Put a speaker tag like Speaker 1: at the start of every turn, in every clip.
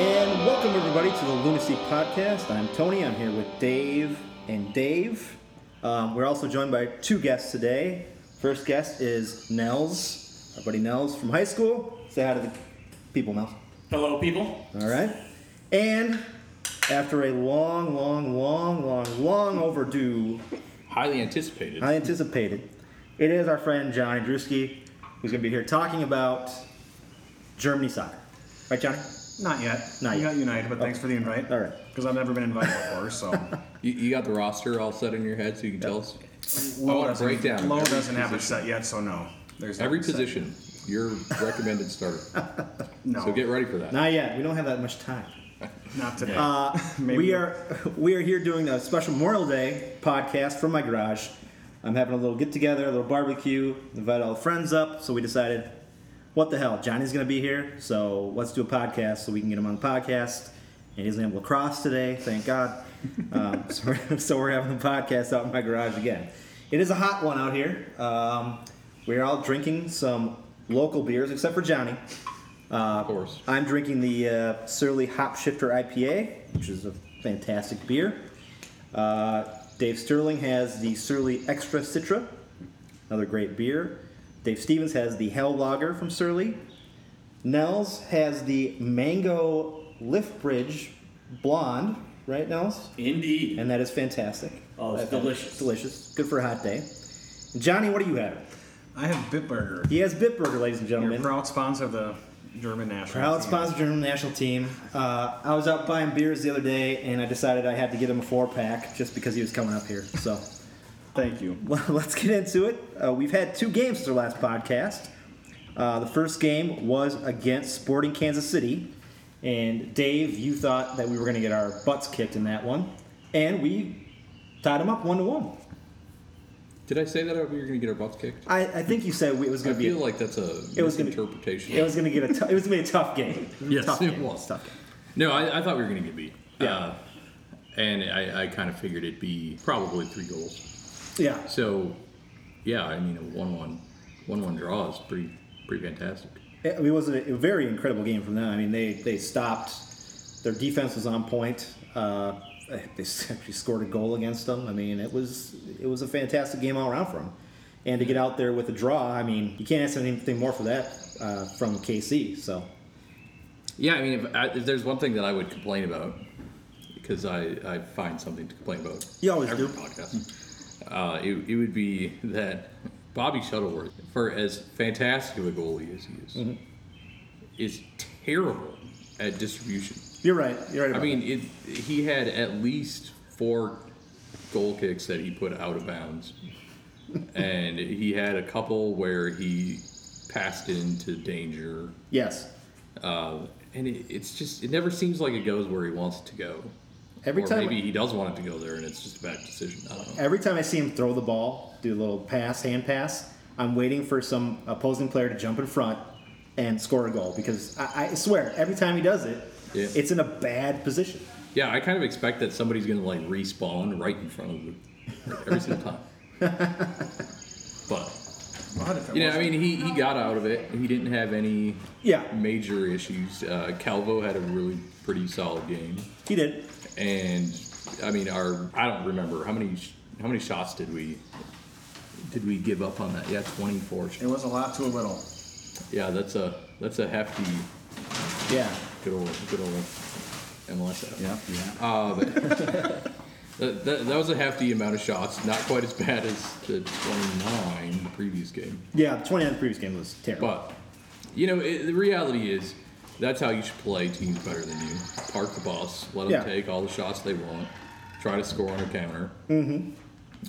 Speaker 1: Welcome, everybody, to the Lunacy Podcast. I'm Tony. I'm here with Dave and Dave. Um, we're also joined by two guests today. First guest is Nels, our buddy Nels from high school. Say hi to the people, Nels.
Speaker 2: Hello, people.
Speaker 1: All right. And after a long, long, long, long, long overdue,
Speaker 3: highly anticipated.
Speaker 1: I anticipated, it is our friend Johnny Drewski who's going to be here talking about Germany soccer. Right, Johnny?
Speaker 4: Not yet.
Speaker 1: Not
Speaker 4: we
Speaker 1: yet.
Speaker 4: got united, but thanks for the invite.
Speaker 1: All right.
Speaker 4: Because I've never been invited before, so
Speaker 3: You, you got the roster all set in your head, so you can tell us
Speaker 4: Low
Speaker 3: want a
Speaker 4: doesn't-
Speaker 3: breakdown.
Speaker 4: Low
Speaker 3: Oh, Every
Speaker 4: doesn't have it
Speaker 3: position.
Speaker 4: set yet, so no. There's
Speaker 3: every
Speaker 4: nothing set.
Speaker 3: position your recommended starter.
Speaker 4: No,
Speaker 3: So get ready for that.
Speaker 1: Not yet. We don't have that much time.
Speaker 4: not today.
Speaker 1: Uh,
Speaker 4: Maybe
Speaker 1: we are we are here doing a special Memorial Day podcast from my garage. I'm having a little get together, a little barbecue, invite all the friends up. So we decided, what the hell, Johnny's gonna be here, so let's do a podcast so we can get him on the podcast. And he's gonna have lacrosse today, thank God. um, so, we're, so we're having the podcast out in my garage again. It is a hot one out here. Um, we're all drinking some local beers, except for Johnny.
Speaker 3: of course.
Speaker 1: I'm drinking the uh, Surly Hop Shifter IPA, which is a fantastic beer. Uh, Dave Sterling has the Surly Extra Citra, another great beer. Dave Stevens has the Hell Lager from Surly. Nels has the Mango Liftbridge Blonde, right, Nels?
Speaker 2: Indeed.
Speaker 1: And that is fantastic.
Speaker 2: Oh, it's
Speaker 1: I found it
Speaker 2: delicious.
Speaker 1: Delicious. Good for a hot day. Johnny, what do you have?
Speaker 4: I have Bitburger,
Speaker 1: He has Bitburger, ladies and
Speaker 4: your
Speaker 1: gentlemen.
Speaker 4: proud sponsor of the German national.
Speaker 1: Proud
Speaker 4: team.
Speaker 1: sponsor German national team. Uh, I was out buying beers the other day, and I decided I had to get him a four pack just because he was coming up here. So
Speaker 4: Thank you.
Speaker 1: well, let's get into it. Uh, we've had two games since our last podcast. Uh, the first game was against Sporting Kansas City, and Dave, you thought that we were going to get our butts kicked in that one, and we tied them up one to one.
Speaker 3: Did I say that we were going to get our butts kicked?
Speaker 1: I, I think you said we, it was
Speaker 3: I
Speaker 1: going to be
Speaker 3: feel like that's a
Speaker 1: It was gonna be-
Speaker 3: misinterpretation.
Speaker 1: it was going to get a t- it was going to be a tough game.
Speaker 3: Yes,
Speaker 1: tough
Speaker 3: it
Speaker 1: game.
Speaker 3: was.
Speaker 1: tough game.
Speaker 3: no, I, I thought we were going to get beat.
Speaker 1: Yeah.
Speaker 3: Uh, and I, I kind of figured it'd be probably three goals.
Speaker 1: Yeah,
Speaker 3: So, yeah, I mean, a 1 1, 1 1 draw is pretty, pretty fantastic.
Speaker 1: I mean, it was a, a very incredible game from them. I mean, they, they stopped. Their defense was on point. Uh, they s- actually scored a goal against them. I mean, it was it was a fantastic game all around for them. And to get out there with a draw, I mean, you can't ask anything more for that uh, from KC. So
Speaker 3: Yeah, I mean, if, I, if there's one thing that I would complain about, because I, I find something to complain about.
Speaker 1: You always
Speaker 3: every
Speaker 1: do.
Speaker 3: podcast. Uh, it, it would be that Bobby Shuttleworth, for as fantastic of a goalie as he is,
Speaker 1: Mm-hmm.
Speaker 3: is terrible at distribution.
Speaker 1: you're right. You're right.
Speaker 3: I
Speaker 1: about
Speaker 3: mean, it, he had at least four goal kicks that he put out of bounds, and he had a couple where he passed into danger.
Speaker 1: that. yes.
Speaker 3: Uh, and it, it's just, it never seems like it goes where he wants it to go.
Speaker 1: Every
Speaker 3: or
Speaker 1: time-
Speaker 3: maybe he does want it to go there, and it's just a bad decision. I don't know.
Speaker 1: Every time I see him throw the ball, do a little pass, hand pass, I'm waiting for some opposing player to jump in front and score a goal because I, I swear every time he does it,
Speaker 3: Yeah.
Speaker 1: it's in a bad position.
Speaker 3: Yeah, I kind of expect that somebody's going to like respawn right in front of him like, every single time. But
Speaker 4: But if it
Speaker 3: you know, I
Speaker 4: wasn't-
Speaker 3: mean, he, he got out of it. He didn't have any
Speaker 1: Yeah,
Speaker 3: major issues. Uh, Calvo had a really pretty solid game,
Speaker 1: he did.
Speaker 3: and I mean, our I don't remember how many sh- how many shots did we did we give up on that? Yeah, twenty four.
Speaker 4: it was a lot to a little.
Speaker 3: Yeah, that's a that's a hefty
Speaker 1: Yeah.
Speaker 3: good old good old MLS. effort.
Speaker 4: yeah.
Speaker 3: Um, That, that, that was a hefty amount of shots, not quite as bad as the 29 previous game.
Speaker 1: Yeah, the 29th previous game was terrible.
Speaker 3: But, you know, it, the reality is that's how you should play teams better than you. Park the bus, let them
Speaker 1: Yeah.
Speaker 3: take all the shots they want, try to score on a counter. Mm-hmm.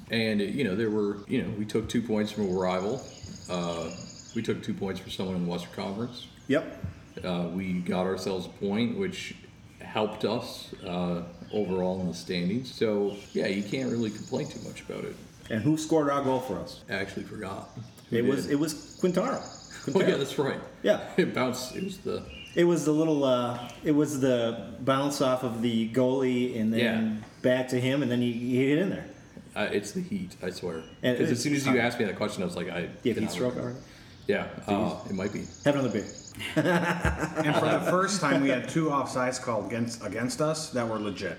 Speaker 3: And, you know, there were, you know, we took two points from a rival. Uh, we took two points from someone in the Western Conference.
Speaker 1: yep.
Speaker 3: Uh, we got ourselves a point, which helped us uh, overall in the standings. So, yeah, you can't really complain too much about it.
Speaker 1: And who scored our goal for us?
Speaker 3: I actually forgot. who
Speaker 1: It was
Speaker 3: did.
Speaker 1: it was Quintaro.
Speaker 3: oh, yeah,
Speaker 1: Quintero.
Speaker 3: that's right.
Speaker 1: Yeah.
Speaker 3: It bounced. It was the.
Speaker 1: It was the little uh, it was the bounce off of the goalie and then
Speaker 3: Yeah.
Speaker 1: back to him and then he, he hit in there.
Speaker 3: Uh, it's the heat, I swear.
Speaker 1: And it
Speaker 3: Because as
Speaker 1: is
Speaker 3: soon as you
Speaker 1: hot.
Speaker 3: asked me that question, I was like, I.
Speaker 1: Yeah,
Speaker 3: cannot
Speaker 1: heat stroke.
Speaker 3: remember. Yeah, uh, it might be.
Speaker 1: Have another beer.
Speaker 4: And for the first time, we had two offsides called against against us that were legit.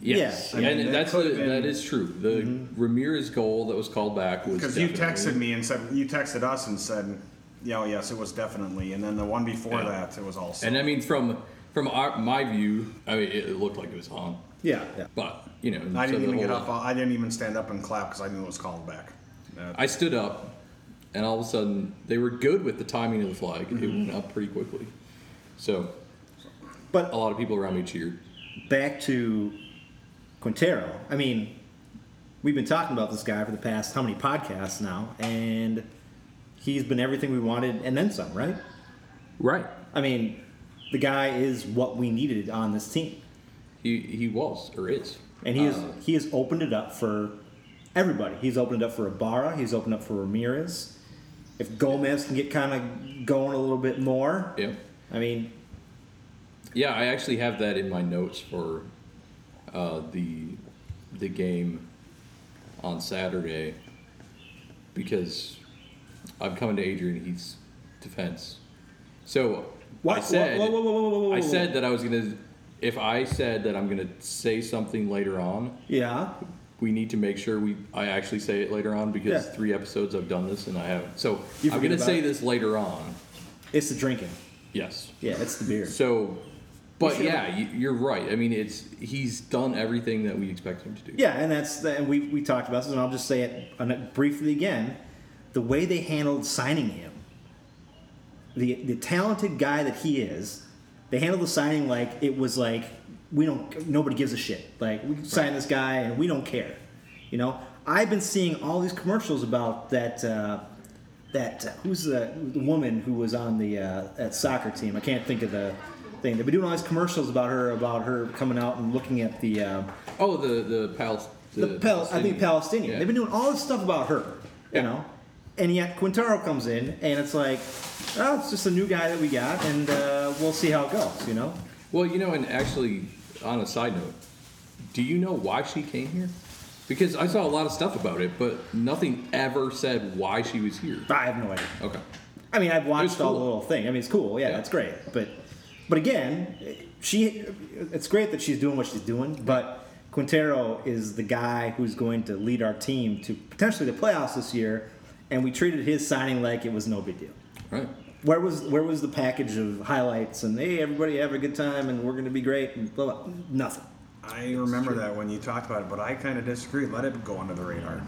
Speaker 3: Yes,
Speaker 1: Yeah,
Speaker 4: I mean,
Speaker 3: and
Speaker 4: that
Speaker 3: that's a,
Speaker 4: could've been-
Speaker 3: that is true. The
Speaker 1: Mm-hmm.
Speaker 3: Ramirez goal that was called back was
Speaker 4: Because you
Speaker 3: definitely-
Speaker 4: texted me and said you texted us and said, "Yeah, oh, yes, it was definitely." And then the one before
Speaker 3: Yeah.
Speaker 4: that, it was also.
Speaker 3: and I mean from from our, my view, I mean it looked like it was on,
Speaker 1: Yeah, yeah.
Speaker 3: but you know, and
Speaker 4: I
Speaker 3: so
Speaker 4: didn't
Speaker 3: the
Speaker 4: even get
Speaker 3: whole-
Speaker 4: up. I didn't even stand up and clap because I knew it was called back. Uh,
Speaker 3: I stood up, and all of a sudden they were good with the timing of the flag. It
Speaker 4: Mm-hmm.
Speaker 3: went up pretty quickly, so
Speaker 1: But
Speaker 3: a lot of people around me cheered.
Speaker 1: back to Quintero. I mean, we've been talking about this guy for the past how many podcasts now, and he's been everything we wanted and then some, right?
Speaker 3: Right.
Speaker 1: I mean, the guy is what we needed on this team,
Speaker 3: He he was or is,
Speaker 1: and he is
Speaker 3: Uh,
Speaker 1: he has opened it up for everybody. He's opened it up for Ibarra. He's opened up for Ramirez. If Gomez can get kind of going a little bit more,
Speaker 3: yeah,
Speaker 1: I mean,
Speaker 3: yeah. I actually have that in my notes for uh, the the game on Saturday because I'm coming to Adrian Heath's defense. So I
Speaker 1: what?
Speaker 3: said
Speaker 1: whoa, whoa, whoa, whoa, whoa, whoa,
Speaker 3: I
Speaker 1: whoa.
Speaker 3: said that I was gonna. If I said that I'm gonna say something later on,
Speaker 1: yeah,
Speaker 3: we need to make sure we I actually say it later on because
Speaker 1: Yeah.
Speaker 3: three episodes I've done this and I haven't. So
Speaker 1: You
Speaker 3: I'm
Speaker 1: forget
Speaker 3: gonna
Speaker 1: about
Speaker 3: say
Speaker 1: it?
Speaker 3: this later on.
Speaker 1: it's the drinking.
Speaker 3: Yes.
Speaker 1: Yeah, it's the beer.
Speaker 3: So, but yeah, y- you're right. I mean, it's he's done everything that we expect him to do.
Speaker 1: Yeah, and that's and we we talked about this, and I'll just say it on- briefly again. The way they handled signing him, the the talented guy that he is, they handled the signing like it was like we don't nobody gives a shit. Like we sign this guy and we don't care. You know, I've been seeing all these commercials about that. Uh, that uh, who's the, the woman who was on the uh, that soccer team? I can't think of the thing. They've been doing all these commercials about her, about her coming out and looking at the. Uh,
Speaker 3: Oh, the the pal.
Speaker 1: the Pal- I think Palestinian.
Speaker 3: Yeah.
Speaker 1: They've been doing all this stuff about her,
Speaker 3: Yeah.
Speaker 1: you know, and yet Quintero comes in and it's like, oh, it's just a new guy that we got, and uh, we'll see how it goes, you know.
Speaker 3: Well, you know, and actually, on a side note, do you know why she came here? Because I saw a lot of stuff about it, but nothing ever said why she was here.
Speaker 1: I have no idea.
Speaker 3: Okay.
Speaker 1: I mean, I've watched all the
Speaker 3: cool.
Speaker 1: little thing. I mean, it's cool. Yeah,
Speaker 3: Yeah.
Speaker 1: that's great. But, but again, she, it's great that she's doing what she's doing. But Quintero is the guy who's going to lead our team to potentially the playoffs this year, and we treated his signing like it was no big deal.
Speaker 3: All right.
Speaker 1: where was where was the package of highlights and hey everybody have a good time and we're gonna be great and blah blah nothing.
Speaker 4: I remember that when you talked about it, but I kind of disagree. Let it go under the radar.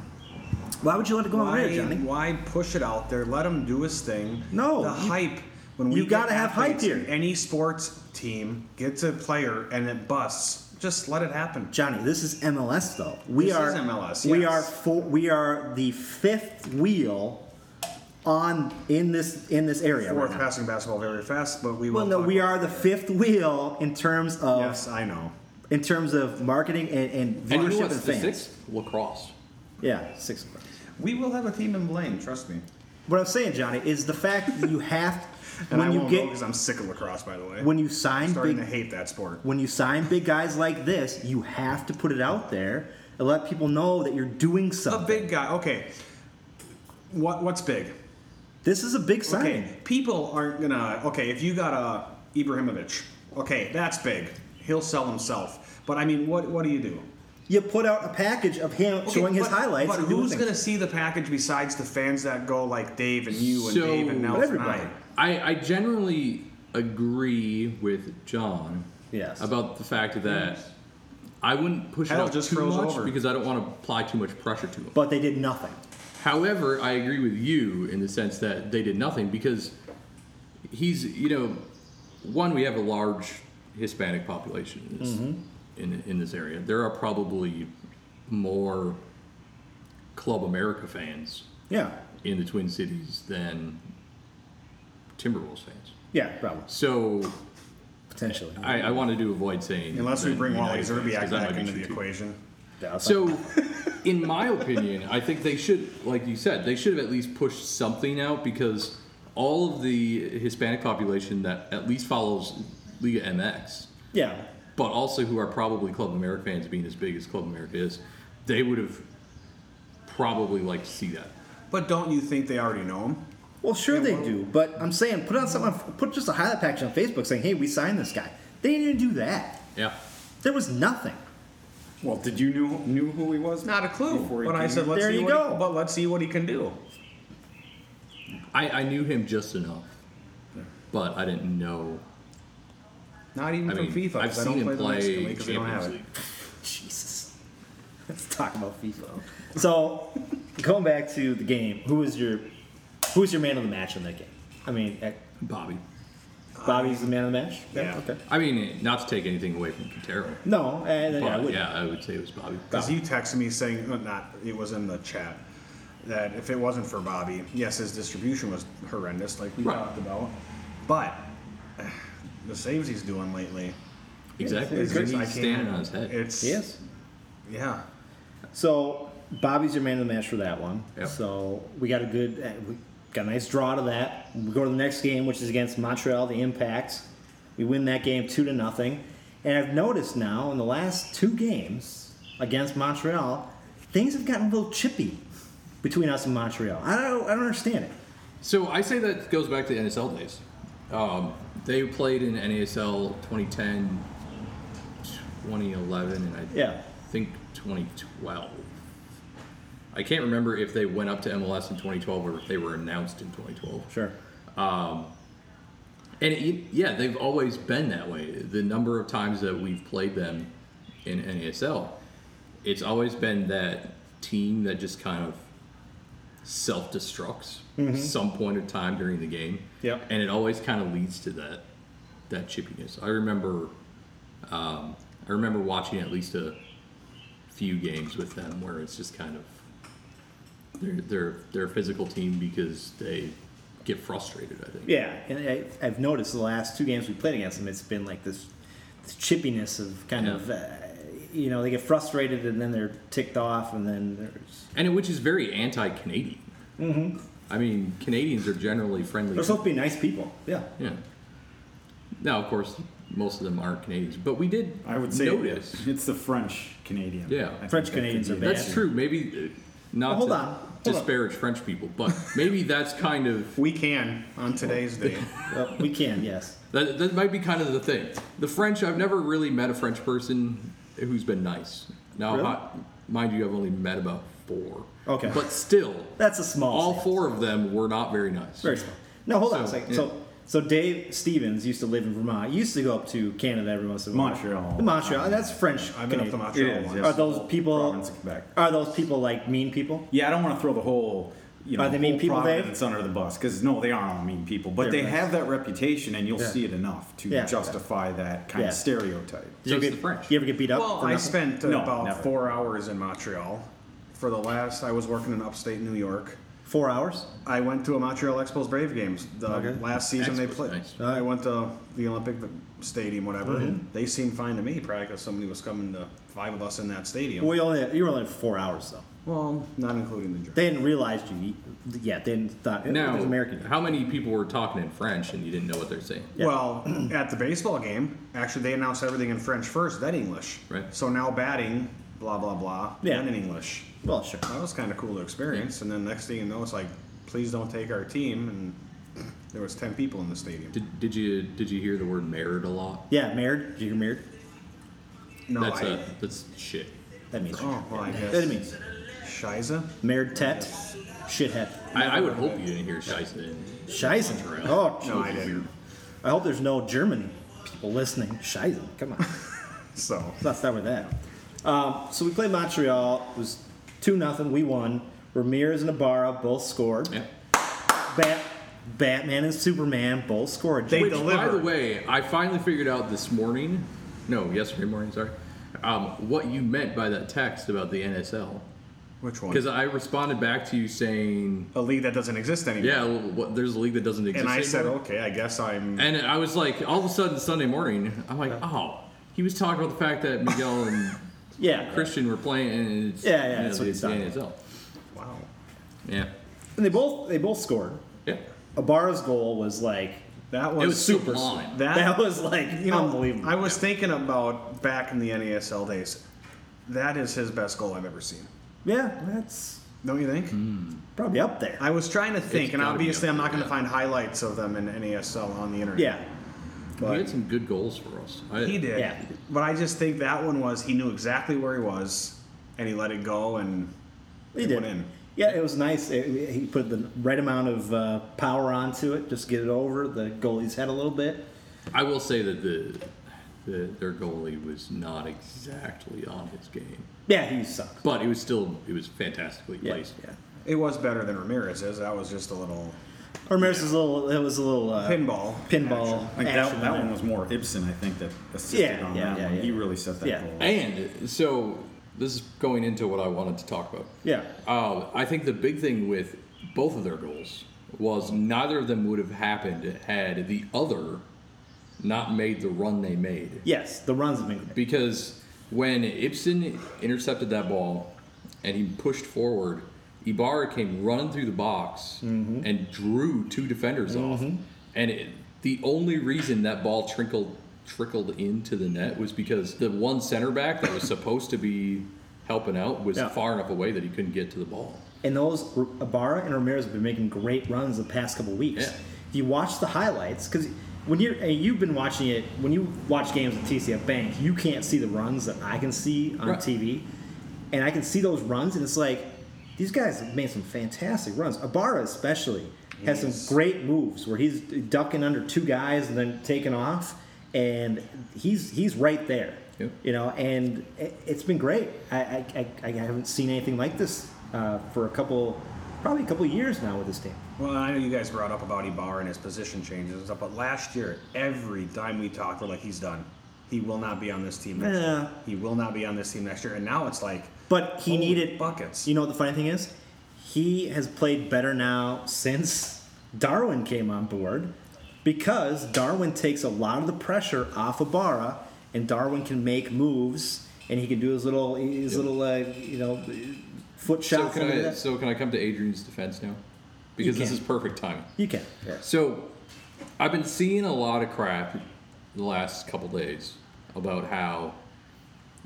Speaker 1: Why would you let it go on
Speaker 4: Why,
Speaker 1: radio, Johnny?
Speaker 4: why push it out there? Let him do his thing.
Speaker 1: No,
Speaker 4: the
Speaker 1: you-
Speaker 4: hype. When we
Speaker 1: you
Speaker 4: get
Speaker 1: gotta have hype
Speaker 4: athletes in
Speaker 1: here.
Speaker 4: Any sports team gets a player and it busts. Just let it happen.
Speaker 1: Johnny, this is MLS though. We
Speaker 4: This
Speaker 1: are
Speaker 4: is MLS,
Speaker 1: We
Speaker 4: yes.
Speaker 1: are fo- we are the fifth wheel on in this in this area.
Speaker 4: Fourth
Speaker 1: right now.
Speaker 4: passing basketball very fast, but we
Speaker 1: Well,
Speaker 4: will
Speaker 1: no,
Speaker 4: talk
Speaker 1: we
Speaker 4: about
Speaker 1: are the fifth wheel in terms of
Speaker 4: it. Yes, I know.
Speaker 1: in terms of marketing and, and
Speaker 3: And you know
Speaker 1: viewership
Speaker 3: what's
Speaker 1: and
Speaker 3: the
Speaker 1: fans.
Speaker 3: sixth? Lacrosse.
Speaker 1: Yeah, six.
Speaker 4: We will have a team in blame. Trust me.
Speaker 1: What I'm saying, Johnny, is the fact that you have
Speaker 4: And
Speaker 1: when
Speaker 4: I
Speaker 1: you
Speaker 4: won't
Speaker 1: get
Speaker 4: because I'm sick of lacrosse, by the way.
Speaker 1: when you
Speaker 4: I'm
Speaker 1: sign
Speaker 4: starting
Speaker 1: big
Speaker 4: to hate that sport.
Speaker 1: when you sign big guys like this, you have to put it out there and let people know that you're doing
Speaker 4: A
Speaker 1: something.
Speaker 4: big guy. Okay. What what's big?
Speaker 1: this is a big sign.
Speaker 4: Okay, people aren't gonna. Okay, if you got a Ibrahimovic, okay, that's big. He'll sell himself. But I mean, what what do you do?
Speaker 1: You put out a package of him
Speaker 4: Okay,
Speaker 1: showing his
Speaker 4: but-
Speaker 1: highlights.
Speaker 4: But
Speaker 1: and doing
Speaker 4: who's
Speaker 1: things.
Speaker 4: gonna see the package besides the fans that go like Dave and you and
Speaker 3: So-
Speaker 4: Dave and Nelson?
Speaker 1: But everybody.
Speaker 4: and I?
Speaker 3: I, I generally agree with John
Speaker 1: Yes.
Speaker 3: about the fact that I wouldn't push it
Speaker 4: Hell,
Speaker 3: out
Speaker 4: just
Speaker 3: too
Speaker 4: froze
Speaker 3: much
Speaker 4: over.
Speaker 3: because I don't want to apply too much pressure to them.
Speaker 1: But they did nothing.
Speaker 3: However, I agree with you in the sense that they did nothing because he's, you know, one, we have a large Hispanic population in this,
Speaker 4: Mm-hmm.
Speaker 3: in, in this area. There are probably more Club America fans
Speaker 1: Yeah.
Speaker 3: in the Twin Cities than Timberwolves fans.
Speaker 1: Yeah, probably.
Speaker 3: So
Speaker 1: Potentially.
Speaker 3: I, I wanted to avoid saying
Speaker 4: Unless we
Speaker 3: that
Speaker 4: bring Wally
Speaker 3: United fans, 'cause that
Speaker 4: Zerbiak
Speaker 3: might
Speaker 4: back
Speaker 3: be
Speaker 4: into the
Speaker 3: true too.
Speaker 4: equation.
Speaker 1: Yeah, it's like-
Speaker 3: So, in my opinion, I think they should, like you said, they should have at least pushed something out because all of the Hispanic population that at least follows Liga MX,
Speaker 1: yeah.
Speaker 3: but also who are probably Club America fans, being as big as Club America is, they would have probably liked to see that.
Speaker 4: But don't you think they already know him?
Speaker 1: Well, sure
Speaker 4: Yeah,
Speaker 1: they
Speaker 4: well-
Speaker 1: do, but I'm saying put on something, put just a highlight package on Facebook saying, "Hey, we signed this guy." They didn't even do that.
Speaker 3: Yeah.
Speaker 1: There was nothing.
Speaker 2: Well, did you knew knew who he was?
Speaker 4: Not a clue.
Speaker 2: Before he
Speaker 4: But I
Speaker 2: came
Speaker 4: said,
Speaker 2: in?
Speaker 4: let's
Speaker 1: There
Speaker 4: see
Speaker 1: you
Speaker 4: what
Speaker 1: go.
Speaker 4: He, but let's see what he can do.
Speaker 3: I, I knew him just enough, but I didn't know.
Speaker 4: Not even
Speaker 3: I
Speaker 4: from
Speaker 3: mean,
Speaker 4: FIFA.
Speaker 3: I've
Speaker 4: 'cause I don't
Speaker 3: seen him
Speaker 4: play, the
Speaker 3: play
Speaker 4: Mexican League 'cause we don't have
Speaker 3: Champions
Speaker 4: it.
Speaker 3: League.
Speaker 1: Jesus. Let's talk about FIFA. So, going back to the game, who was your who was your man of the match in that game? I mean, eh,
Speaker 3: Bobby.
Speaker 1: Bobby's the man of the match.
Speaker 4: yeah.
Speaker 1: Okay.
Speaker 3: I mean, not to take anything away from Quintero,
Speaker 1: No, and
Speaker 3: but
Speaker 1: yeah, I
Speaker 3: yeah,
Speaker 1: wouldn't.
Speaker 3: I would say it was Bobby.
Speaker 4: Because you texted me saying, well, not, it was in the chat, that if it wasn't for Bobby, yes, his distribution was horrendous, like we
Speaker 3: Right.
Speaker 4: talked about. But eh, the saves he's doing lately,
Speaker 3: Exactly.
Speaker 4: it's just- I
Speaker 3: he's
Speaker 4: can't-
Speaker 3: standing on his head.
Speaker 4: It's
Speaker 1: Yes.
Speaker 4: yeah.
Speaker 1: So Bobby's your man of the match for that one.
Speaker 3: Yep.
Speaker 1: So we got a good, uh, we got a nice draw to that. We go to the next game, which is against Montreal, the Impact. We win that game two to nothing. And I've noticed now in the last two games against Montreal, things have gotten a little chippy between us and Montreal. I don't, I don't understand it.
Speaker 3: So I say that goes back to the NSL days. Um, they played in NASL 2010, 2011, and I
Speaker 1: Yeah.
Speaker 3: think 2012. I can't remember if they went up to MLS in 2012 or if they were announced in 2012.
Speaker 1: Sure.
Speaker 3: And it, yeah, they've always been that way. The number of times that we've played them in NASL, it's always been that team that just kind of self destructs some point of time during the game.
Speaker 1: Yep.
Speaker 3: And it always kind of leads to that that chippiness. I remember, um, I remember watching at least a few games with them where it's just kind of they're they're they're a physical team because they get frustrated. I think.
Speaker 1: Yeah, and I, I've noticed the last two games we played against them, it's been like this, this chippiness of kind
Speaker 3: Yeah.
Speaker 1: of, uh, you know, they get frustrated and then they're ticked off and then there's.
Speaker 3: and it- which is very anti-Canadian. Mm-hmm. I mean, Canadians are generally friendly.
Speaker 1: They're supposed to be nice people. Yeah.
Speaker 3: yeah. Now, of course, most of them aren't Canadians, but we did.
Speaker 2: I would say
Speaker 3: notice.
Speaker 2: it's the French Canadian.
Speaker 3: Yeah.
Speaker 2: I think
Speaker 1: French
Speaker 2: that
Speaker 1: Canadians
Speaker 2: could
Speaker 1: are
Speaker 2: be-
Speaker 1: bad.
Speaker 3: That's true. Maybe uh, not
Speaker 1: Hold
Speaker 3: to
Speaker 1: on, hold on.
Speaker 3: disparage French people, but maybe that's kind of
Speaker 4: We can on today's day.
Speaker 1: Well, we can, yes.
Speaker 3: that, that might be kind of the thing. The French. I've never really met a French person who's been nice. Now,
Speaker 1: Really?
Speaker 3: I- mind you, I've only met about four.
Speaker 1: Okay.
Speaker 3: But still,
Speaker 1: That's a small.
Speaker 3: all
Speaker 1: sample.
Speaker 3: four of them were not very nice.
Speaker 1: Very small. No, hold on a
Speaker 3: So,
Speaker 1: second.
Speaker 3: yeah.
Speaker 1: So, so Dave Stevens used to live in Vermont. He used to go up to Canada every once in a while.
Speaker 2: Montreal.
Speaker 1: The Montreal. That's French.
Speaker 4: I've been up to
Speaker 1: Canadian.
Speaker 2: It
Speaker 4: Montreal
Speaker 2: is.
Speaker 4: once.
Speaker 2: yes.
Speaker 1: Are those people-
Speaker 2: Province of Quebec.
Speaker 1: Are those people like mean people?
Speaker 2: Yeah, I don't want to throw the whole. You know,
Speaker 1: Are they mean
Speaker 2: whole
Speaker 1: people, Dave?
Speaker 2: Providence under the bus because no, they aren't all mean people, but
Speaker 1: They're
Speaker 2: they
Speaker 1: nice.
Speaker 2: have that reputation, and you'll
Speaker 1: Yeah.
Speaker 2: see it enough to
Speaker 1: Yeah.
Speaker 2: justify that kind
Speaker 1: Yeah.
Speaker 2: of stereotype.
Speaker 1: Did you,
Speaker 3: it's
Speaker 1: get,
Speaker 3: the French.
Speaker 1: you ever get beat up?
Speaker 4: Well,
Speaker 1: for
Speaker 4: I
Speaker 1: nothing?
Speaker 4: spent
Speaker 2: No,
Speaker 4: about
Speaker 2: never.
Speaker 4: four hours in Montreal. For the last, I was working in upstate New York.
Speaker 1: four hours.
Speaker 4: I went to a Montreal Expos Brave games the
Speaker 1: Okay.
Speaker 4: last season they
Speaker 3: Expos,
Speaker 4: played.
Speaker 3: nice.
Speaker 4: I went to the Olympic Stadium, whatever,
Speaker 1: Mm-hmm.
Speaker 4: and they seemed fine to me. Probably because somebody was coming to five of us in that stadium.
Speaker 1: We only you were only four hours though.
Speaker 4: Well, not including the drive.
Speaker 1: They didn't realize you. Yeah, they didn't thought it
Speaker 3: Now,
Speaker 1: was American.
Speaker 3: how many people were talking in French and you didn't know what they're saying?
Speaker 1: Yeah.
Speaker 4: Well, at the baseball game, actually, they announced everything in French first, then English.
Speaker 3: Right.
Speaker 4: So now batting, blah blah blah,
Speaker 1: Yeah.
Speaker 4: then in English.
Speaker 1: Well, sure.
Speaker 4: That was kind of cool to experience. And then next thing you know, it's like, please don't take our team. And there was ten people in the stadium.
Speaker 3: Did, did you did you hear the word married a lot?
Speaker 1: Yeah, married. Did you hear married?
Speaker 4: No,
Speaker 3: that's
Speaker 4: I.
Speaker 3: a that's shit.
Speaker 1: That means.
Speaker 4: Oh, well, I guess.
Speaker 1: That means
Speaker 4: Shiza?
Speaker 1: married tet, shithead,
Speaker 3: I, I would hope you didn't hear Scheisse.
Speaker 1: Scheisen.
Speaker 3: Montreal.
Speaker 1: Oh,
Speaker 4: No, I
Speaker 1: Jesus.
Speaker 4: didn't.
Speaker 1: I hope there's no German people listening. Scheisen, come on.
Speaker 4: So
Speaker 1: Let's not start with that. Um, so we played Montreal. It was 2 nothing. We won. Ramirez and Ibarra both scored.
Speaker 3: Yeah.
Speaker 1: Bat- Batman and Superman both scored.
Speaker 4: They
Speaker 3: Which, by
Speaker 4: delivered.
Speaker 3: the way, I finally figured out this morning, no, yesterday morning, sorry, um, what you meant by that text about the NSL.
Speaker 4: which one?
Speaker 3: Because I responded back to you saying,
Speaker 4: A league that doesn't exist anymore.
Speaker 3: yeah, well, what, there's a league that doesn't exist
Speaker 4: And I said,
Speaker 3: anymore.
Speaker 4: okay, I guess I'm.
Speaker 3: And I was like, all of a sudden Sunday morning, I'm like, oh, he was talking about the fact that Miguel and
Speaker 1: yeah.
Speaker 3: Christian were playing, and it's,
Speaker 1: Yeah, yeah,
Speaker 3: you know,
Speaker 1: that's what
Speaker 3: it's
Speaker 1: he's
Speaker 3: the
Speaker 1: talking
Speaker 3: NSL.
Speaker 4: Wow.
Speaker 3: Yeah,
Speaker 1: And they both they both scored.
Speaker 3: yeah.
Speaker 1: Ibarra's goal was like
Speaker 4: That was,
Speaker 3: It was
Speaker 1: super
Speaker 3: sublime.
Speaker 4: That,
Speaker 1: that was like
Speaker 4: you know,
Speaker 1: unbelievable.
Speaker 4: I was thinking about back in the NASL days. That is his best goal I've ever seen.
Speaker 1: yeah, that's
Speaker 4: don't you think?
Speaker 1: Mm-hmm. Probably up there.
Speaker 4: I was trying to think,
Speaker 3: It's
Speaker 4: and
Speaker 3: gotta be
Speaker 4: obviously
Speaker 3: up
Speaker 4: I'm not
Speaker 3: there,
Speaker 4: going to
Speaker 3: yeah.
Speaker 4: find highlights of them in NASL on the internet.
Speaker 1: yeah.
Speaker 3: He
Speaker 1: But
Speaker 3: had some good goals for us. I,
Speaker 4: He did.
Speaker 1: Yeah.
Speaker 4: But I just think that one was he knew exactly where he was and he let it go and
Speaker 1: he
Speaker 4: it
Speaker 1: did.
Speaker 4: went in.
Speaker 1: Yeah, it was nice. It- it- he put the right amount of uh, power onto it, just get it over the goalie's head a little bit.
Speaker 3: I will say that the, the their goalie was not exactly on his game,
Speaker 1: Yeah, he sucks.
Speaker 3: but it was still it was fantastically
Speaker 1: Yeah,
Speaker 3: placed.
Speaker 1: yeah.
Speaker 4: It was better than Ramirez's. That was just a little
Speaker 1: Ramirez was a little. It was a little uh,
Speaker 4: pinball.
Speaker 1: pinball.
Speaker 4: action.
Speaker 2: Like
Speaker 1: action
Speaker 2: that, that
Speaker 1: on
Speaker 2: one
Speaker 1: it.
Speaker 2: was more Ibsen, I think, that assisted
Speaker 1: Yeah,
Speaker 2: on
Speaker 1: yeah,
Speaker 2: that
Speaker 1: yeah,
Speaker 2: one.
Speaker 1: yeah.
Speaker 2: He really set that
Speaker 1: Yeah.
Speaker 2: goal.
Speaker 3: And so this is going into what I wanted to talk about.
Speaker 1: Yeah.
Speaker 3: Uh, I think the big thing with both of their goals was neither of them would have happened had the other not made the run they made.
Speaker 1: Yes, the runs have been great.
Speaker 3: Because when Ibsen intercepted that ball and he pushed forward, Ibarra came running through the box
Speaker 1: Mm-hmm.
Speaker 3: and drew two defenders off. And it, the only reason that ball trickled trickled into the net was because the one center back that was supposed to be helping out was
Speaker 1: Yeah.
Speaker 3: far enough away that he couldn't get to the ball.
Speaker 1: And those Ibarra and Ramirez have been making great runs the past couple weeks.
Speaker 3: Yeah.
Speaker 1: If you watch the highlights, because when you're and you've been watching it, when you watch games at TCF Bank, you can't see the runs that I can see on
Speaker 3: Right.
Speaker 1: TV, and I can see those runs, and it's like these guys have made some fantastic runs. Ibarra especially has
Speaker 4: Yes.
Speaker 1: some great moves where he's ducking under two guys and then taking off, and he's he's right there.
Speaker 3: Yep.
Speaker 1: You know, and it, it's been great. I, I, I, I haven't seen anything like this uh, for a couple, probably a couple years now with this team.
Speaker 4: Well, I know you guys brought up about Ibarra and his position changes and stuff, but last year, every time we talked, we're like, he's done. He will not be on this team next
Speaker 1: Yeah.
Speaker 4: year. He will not be on this team next year. And now it's like,
Speaker 1: But he
Speaker 4: holy
Speaker 1: needed.
Speaker 4: buckets.
Speaker 1: You know what the funny thing is? He has played better now since Darwin came on board because Darwin takes a lot of the pressure off of Barra, and Darwin can make moves and he can do his little his little uh, you know foot
Speaker 3: So
Speaker 1: shots.
Speaker 3: can,
Speaker 1: and all
Speaker 3: I,
Speaker 1: that.
Speaker 3: so can I come to Adrian's defense now? Because this
Speaker 1: can.
Speaker 3: is perfect timing.
Speaker 1: you can. Yeah.
Speaker 3: So, I've been seeing a lot of crap the last couple days about how,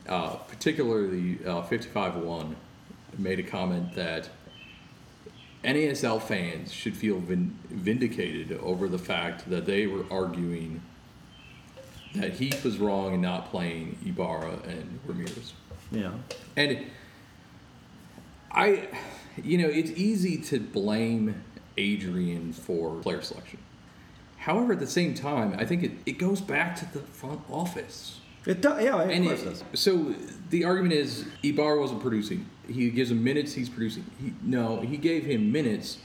Speaker 3: uh, particularly uh, 55-1 made a comment that NASL fans should feel vin- vindicated over the fact that they were arguing that Heath was wrong in not playing Ibarra and Ramirez.
Speaker 1: Yeah.
Speaker 3: And I, you know, it's easy to blame Adrian for player selection. However, at the same time, I think it, it goes back to the front office.
Speaker 1: It does. Yeah. Of
Speaker 3: And
Speaker 1: course
Speaker 3: it-
Speaker 1: it does.
Speaker 3: so the argument is Ibarra wasn't producing. He gives him minutes, he's producing. He, no, he gave him minutes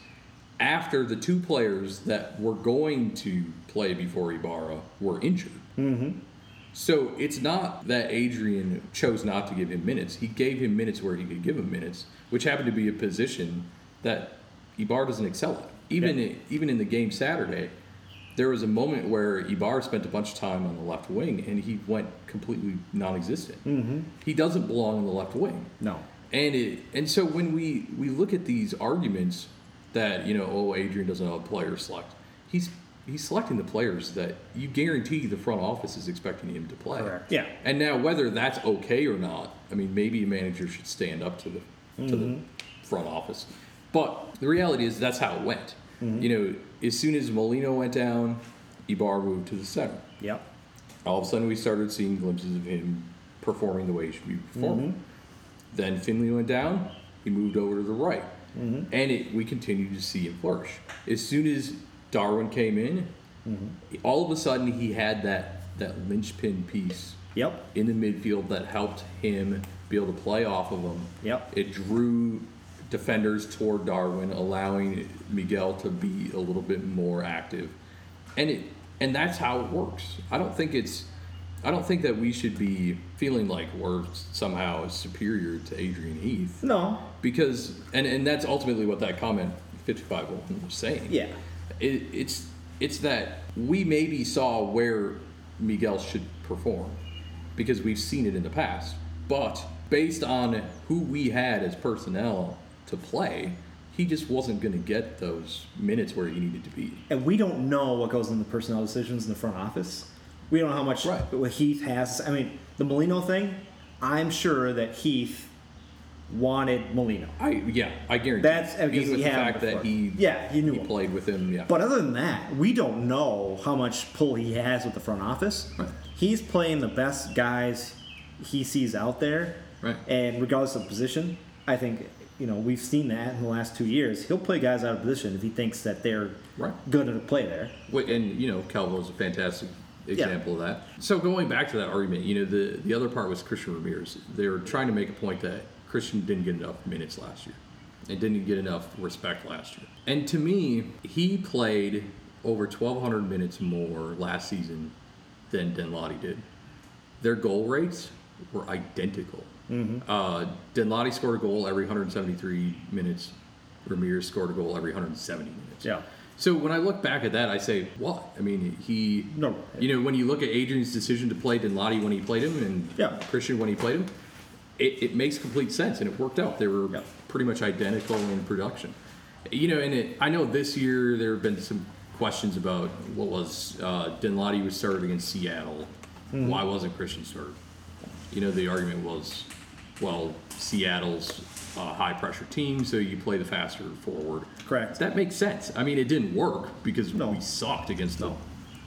Speaker 3: after the two players that were going to play before Ibarra were injured. Mm-hmm. So it's not that Adrian chose not to give him minutes. He gave him minutes where he could give him minutes, which happened to be a position that Ibarra doesn't excel at. Even even in the game Saturday, there was a moment where Ibarra spent a bunch of time on the left wing and he went completely non-existent. Mm-hmm. He doesn't belong in the left wing.
Speaker 1: No.
Speaker 3: And it, and so when we we look at these arguments that you know oh Adrian doesn't know a player select, he's he's selecting the players that you guarantee the front office is expecting him to play.
Speaker 4: Correct.
Speaker 1: Yeah.
Speaker 3: And now whether that's okay or not, I mean maybe a manager should stand up to the to the front office. But the reality is that's how it went. You know, as soon as Molino went down, Ibarra moved to the center
Speaker 1: Yep.
Speaker 3: all of a sudden we started seeing glimpses of him performing the way he should be performing. Then Finley went down, he moved over to the right, and it, we continued to see him flourish. As soon as Darwin came in, all of a sudden he had that that linchpin piece
Speaker 1: Yep.
Speaker 3: in the midfield that helped him be able to play off of him.
Speaker 1: Yep.
Speaker 3: It drew defenders toward Darwin, allowing Miguel to be a little bit more active. And it and that's how it works. I don't think it's I don't think that we should be feeling like we're somehow superior to Adrian Heath
Speaker 1: No.
Speaker 3: because and and that's ultimately what that comment 55 was saying
Speaker 1: Yeah.
Speaker 3: it, it's it's that we maybe saw where miguel should perform because we've seen it in the past but based on who we had as personnel to play he just wasn't going to get those minutes where he needed to be
Speaker 1: and we don't know what goes into personnel decisions in the front office. We don't know how much
Speaker 3: Right.
Speaker 1: what Heath has. I mean, the Molino thing. I'm sure that Heath wanted Molino.
Speaker 3: I yeah, I guarantee.
Speaker 1: That's-
Speaker 3: it.
Speaker 1: because
Speaker 3: even with
Speaker 1: he
Speaker 3: the
Speaker 1: had him
Speaker 3: fact
Speaker 1: before.
Speaker 3: that he
Speaker 1: Yeah, he knew him.
Speaker 3: played with him. Yeah,
Speaker 1: But other than that, we don't know how much pull he has with the front office.
Speaker 3: Right.
Speaker 1: He's playing the best guys he sees out there.
Speaker 3: Right.
Speaker 1: And regardless of position, I think you know we've seen that in the last two years. He'll play guys out of position if he thinks that they're
Speaker 3: Right.
Speaker 1: good enough to play there.
Speaker 3: Wait, and you know Calvo's a fantastic example of that. So going back to that argument, you know the the other part was Christian Ramirez. They were trying to make a point that Christian didn't get enough minutes last year, and didn't get enough respect last year. And to me, he played over 1,200 minutes more last season than Denlotti did. Their goal rates were identical. Uh, Denlotti scored a goal every 173 minutes. Ramirez scored a goal every 170 minutes.
Speaker 1: Yeah.
Speaker 3: So when I look back at that, I say, what? I mean, he.
Speaker 1: No.
Speaker 3: You know, when you look at Adrian's decision to play Dinlati when he played him and
Speaker 1: Yeah.
Speaker 3: Christian when he played him, it, it makes complete sense and it worked out. They were
Speaker 1: Yeah.
Speaker 3: pretty much identical in production. You know, and it, I know this year there have been some questions about what was uh, Dinlati was started against Seattle.
Speaker 1: Mm-hmm.
Speaker 3: Why wasn't Christian started? You know, the argument was, well, Seattle's a high pressure team, so you play the faster forward.
Speaker 1: Correct.
Speaker 3: That makes sense. I mean, it didn't work because
Speaker 1: No.
Speaker 3: we sucked against the,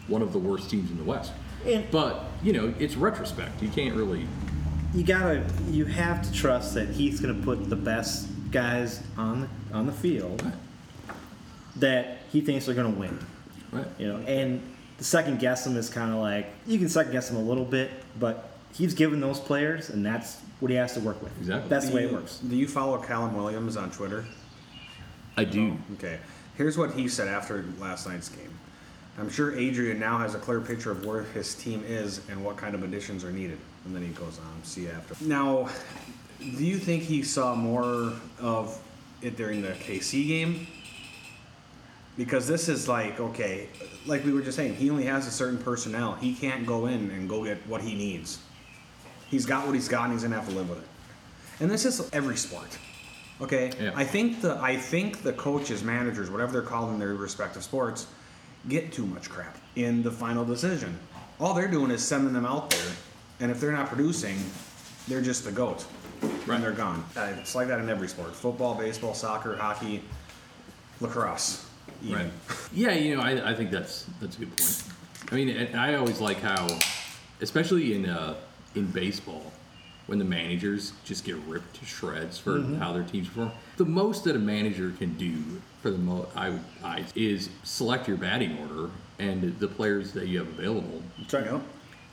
Speaker 3: one of the worst teams in the West.
Speaker 1: And-
Speaker 3: but, you know, it's retrospect. You can't really.
Speaker 1: You gotta, you have to trust that he's gonna put the best guys on the, on the field that he thinks are gonna win.
Speaker 3: Right.
Speaker 1: you know and the second guess him is kind of like you can second guess him a little bit but he's given those players and that's what he has to work with
Speaker 3: Exactly.
Speaker 1: that's the way it
Speaker 4: you-
Speaker 1: works
Speaker 4: Do you follow Callum Williams on Twitter?
Speaker 3: I do.
Speaker 4: Okay. Here's what he said after last night's game. I'm sure Adrian now has a clear picture of where his team is and what kind of additions are needed. And then he goes on, see you after. Now, do you think he saw more of it during the KC game? Because this is like, okay, like we were just saying, he only has a certain personnel. He can't go in and go get what he needs. He's got what he's got and he's gonna have to live with it. And this is every sport. Okay.
Speaker 3: Yeah.
Speaker 4: I think the I think the coaches, managers, whatever they're called in their respective sports, get too much crap in the final decision. All they're doing is sending them out there, and if they're not producing, they're just the goat.
Speaker 3: Right.
Speaker 4: And they're gone. Uh, It's like that in every sport. Football, baseball, soccer, hockey, lacrosse. even.
Speaker 3: Right. Yeah, you know, I, I think that's that's a good point. I mean, and I always like how, especially in uh, in baseball, when the managers just get ripped to shreds for how their teams perform. The most that a manager can do for the mo I, would- I is select your batting order and the players that you have available.
Speaker 4: Check out.